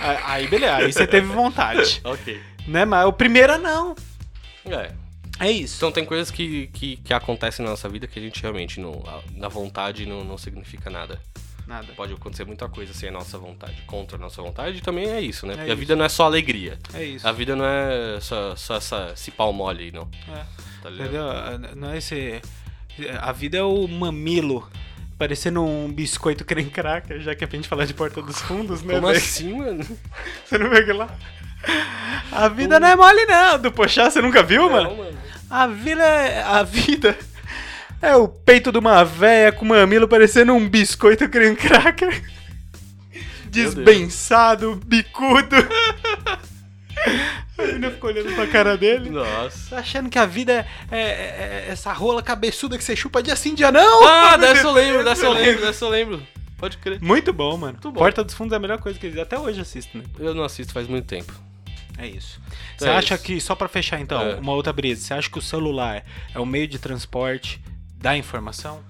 S2: aí, aí beleza, aí você teve vontade.
S1: Ok.
S2: Né, mas o primeiro não.
S1: É.
S2: É isso.
S1: Então tem coisas que, que, que acontecem na nossa vida que a gente realmente não. a- Na vontade não, não significa nada.
S2: Nada.
S1: Pode acontecer muita coisa sem a nossa vontade. Contra a nossa vontade e também é isso, né?
S2: É
S1: Porque a
S2: isso.
S1: vida não é só alegria.
S2: É isso.
S1: A vida não é só, só essa, esse pau mole aí, não.
S2: É.
S1: Tá ligado?
S2: Entendeu? Não é esse. A vida é o mamilo. parecendo um biscoito creme cracker, já que é pra gente falar de Porta dos Fundos, né?
S1: Como
S2: velho?
S1: assim, mano?
S2: Você não vê que lá? A vida não é mole, não. Do Pochá, você nunca viu, mano?
S1: Não, mano.
S2: A vida é... A vida... É o peito de uma véia com mamilo parecendo um biscoito creme cracker.
S1: Deus.
S2: Desbençado, bicudo. A menina ficou olhando pra cara dele.
S1: Nossa.
S2: Tá achando que a vida é, é- é essa rola cabeçuda que você chupa dia sim, dia não?
S1: Ah,
S2: Meu
S1: dessa eu lembro,
S2: Deus,
S1: dessa eu lembro, dessa eu lembro. Pode crer.
S2: Muito bom, mano.
S1: bom.
S2: Porta dos Fundos é a melhor coisa que eles até hoje assistem, né?
S1: Eu não assisto faz muito tempo.
S2: É isso. Você
S1: Então é
S2: acha
S1: isso.
S2: que, só pra fechar então,
S1: É.
S2: uma outra brisa, você acha que o celular é o meio de transporte da informação?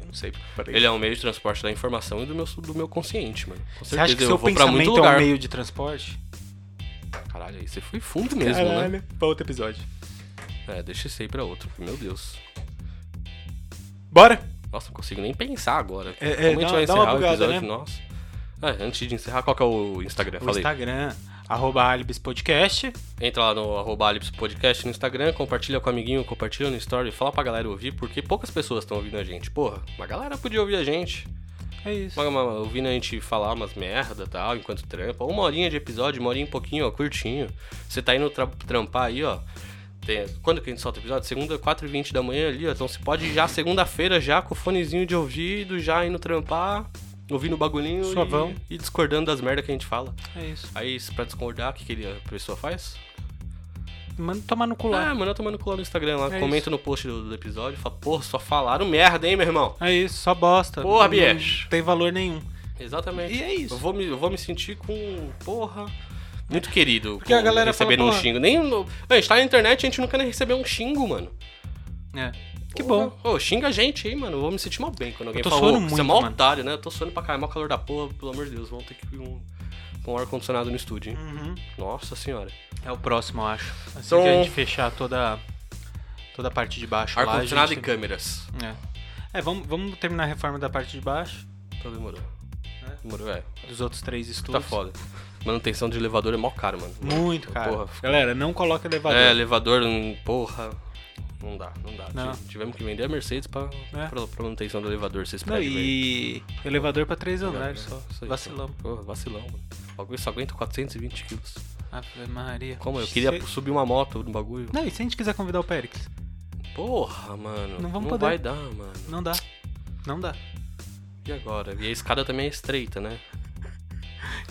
S1: Eu não sei.
S2: Peraí.
S1: Ele é um meio de transporte da informação e do meu, do meu consciente, mano. Com certeza
S2: Você acha que
S1: eu
S2: seu
S1: vou pra muito
S2: pensamento é
S1: lugar.
S2: um meio de transporte?
S1: Caralho, aí você foi fundo mesmo, né?
S2: pra outro episódio.
S1: É, deixa isso aí pra outro. Meu Deus.
S2: Bora!
S1: Nossa, não consigo nem pensar agora.
S2: É, é,
S1: Como a gente
S2: dá-
S1: vai
S2: dá uma
S1: encerrar o
S2: bugada,
S1: episódio?
S2: né?
S1: Nossa. Ah, antes de encerrar, qual que é o Instagram?
S2: O
S1: Falei.
S2: Instagram, arroba Alibis Podcast.
S1: Entra lá no arroba Alips Podcast no Instagram, compartilha com o amiguinho, compartilha no story, fala pra galera ouvir, porque poucas pessoas estão ouvindo a gente. Porra, uma galera podia ouvir a gente.
S2: É isso.
S1: Uma- uma- ouvindo a gente falar umas merda e tal, enquanto trampa. Uma horinha de episódio, uma horinha e pouquinho, ó, curtinho. Você tá indo tra- trampar aí, ó. Tem- quando que a gente solta o episódio? Segunda, 4h20 da manhã ali, ó. Então você pode ir já segunda-feira, já com o fonezinho de ouvido, já indo trampar, ouvindo o bagulhinho e-
S2: Suavão.
S1: e, discordando das merdas que a gente fala.
S2: É isso.
S1: Aí, se- pra discordar, o que, que ele- a pessoa faz?
S2: Manda tomar no cu
S1: Ah,
S2: lá.
S1: mano, eu tomando cola no Instagram lá.
S2: É
S1: comenta no post do, do episódio. Fala, porra, só falaram merda, hein, meu irmão?
S2: É isso, só bosta.
S1: Porra,
S2: Não-
S1: bicho.
S2: Não tem valor nenhum.
S1: Exatamente.
S2: E é isso.
S1: Eu vou me, eu vou me sentir com. Porra. Muito querido.
S2: Porque a
S1: com
S2: galera fala,
S1: recebendo um
S2: porra.
S1: xingo. Nem, no- a gente tá na internet, a gente nunca nem recebeu um xingo, mano.
S2: É. Que
S1: Porra.
S2: bom.
S1: Ô, xinga a gente, hein, mano. Eu vou me sentir mal bem quando alguém
S2: tô
S1: fala,
S2: suando
S1: "Ô, Você é
S2: muito,
S1: mó
S2: mano."
S1: otário, né? Eu tô suando pra caralho, mó calor da porra, pelo amor de Deus. Vamos ter que ir um, com um ar-condicionado no estúdio, hein?
S2: Uhum.
S1: Nossa senhora.
S2: É o próximo, eu acho. Assim
S1: Então-
S2: que a gente fechar toda, toda a parte de baixo lá, a
S1: Ar-condicionado e
S2: gente-
S1: câmeras.
S2: É, é vamos, vamos terminar a reforma da parte de baixo,
S1: Então demorou.
S2: É.
S1: Demorou, é.
S2: dos outros três estudos.
S1: Tá foda. Manutenção de elevador é mó caro, mano.
S2: Muito, cara.
S1: Porra,
S2: Galera, não coloca elevador.
S1: É, elevador, hum, porra. Não dá, não dá.
S2: Não.
S1: Tive- Tivemos que vender a Mercedes pra,
S2: É.
S1: pra, pra manutenção do elevador, vocês
S2: não, e elevador pra três andares só. Vacilão.
S1: Porra, vacilão, mano. O bagulho só aguenta 420 quilos.
S2: Ave Maria.
S1: Como? Eu queria
S2: Se-
S1: subir uma moto no bagulho.
S2: Não, e se a gente quiser convidar o Péricles?
S1: Porra, mano.
S2: Não vamos
S1: não
S2: poder.
S1: vai dar, mano.
S2: Não dá. Não dá.
S1: E agora? E a escada também é estreita, né?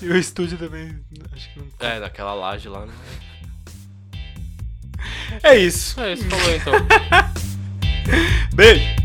S2: E o estúdio também, acho que não...
S1: É, naquela laje lá. Né?
S2: É isso. É
S1: É isso, falou então.
S2: Beijo.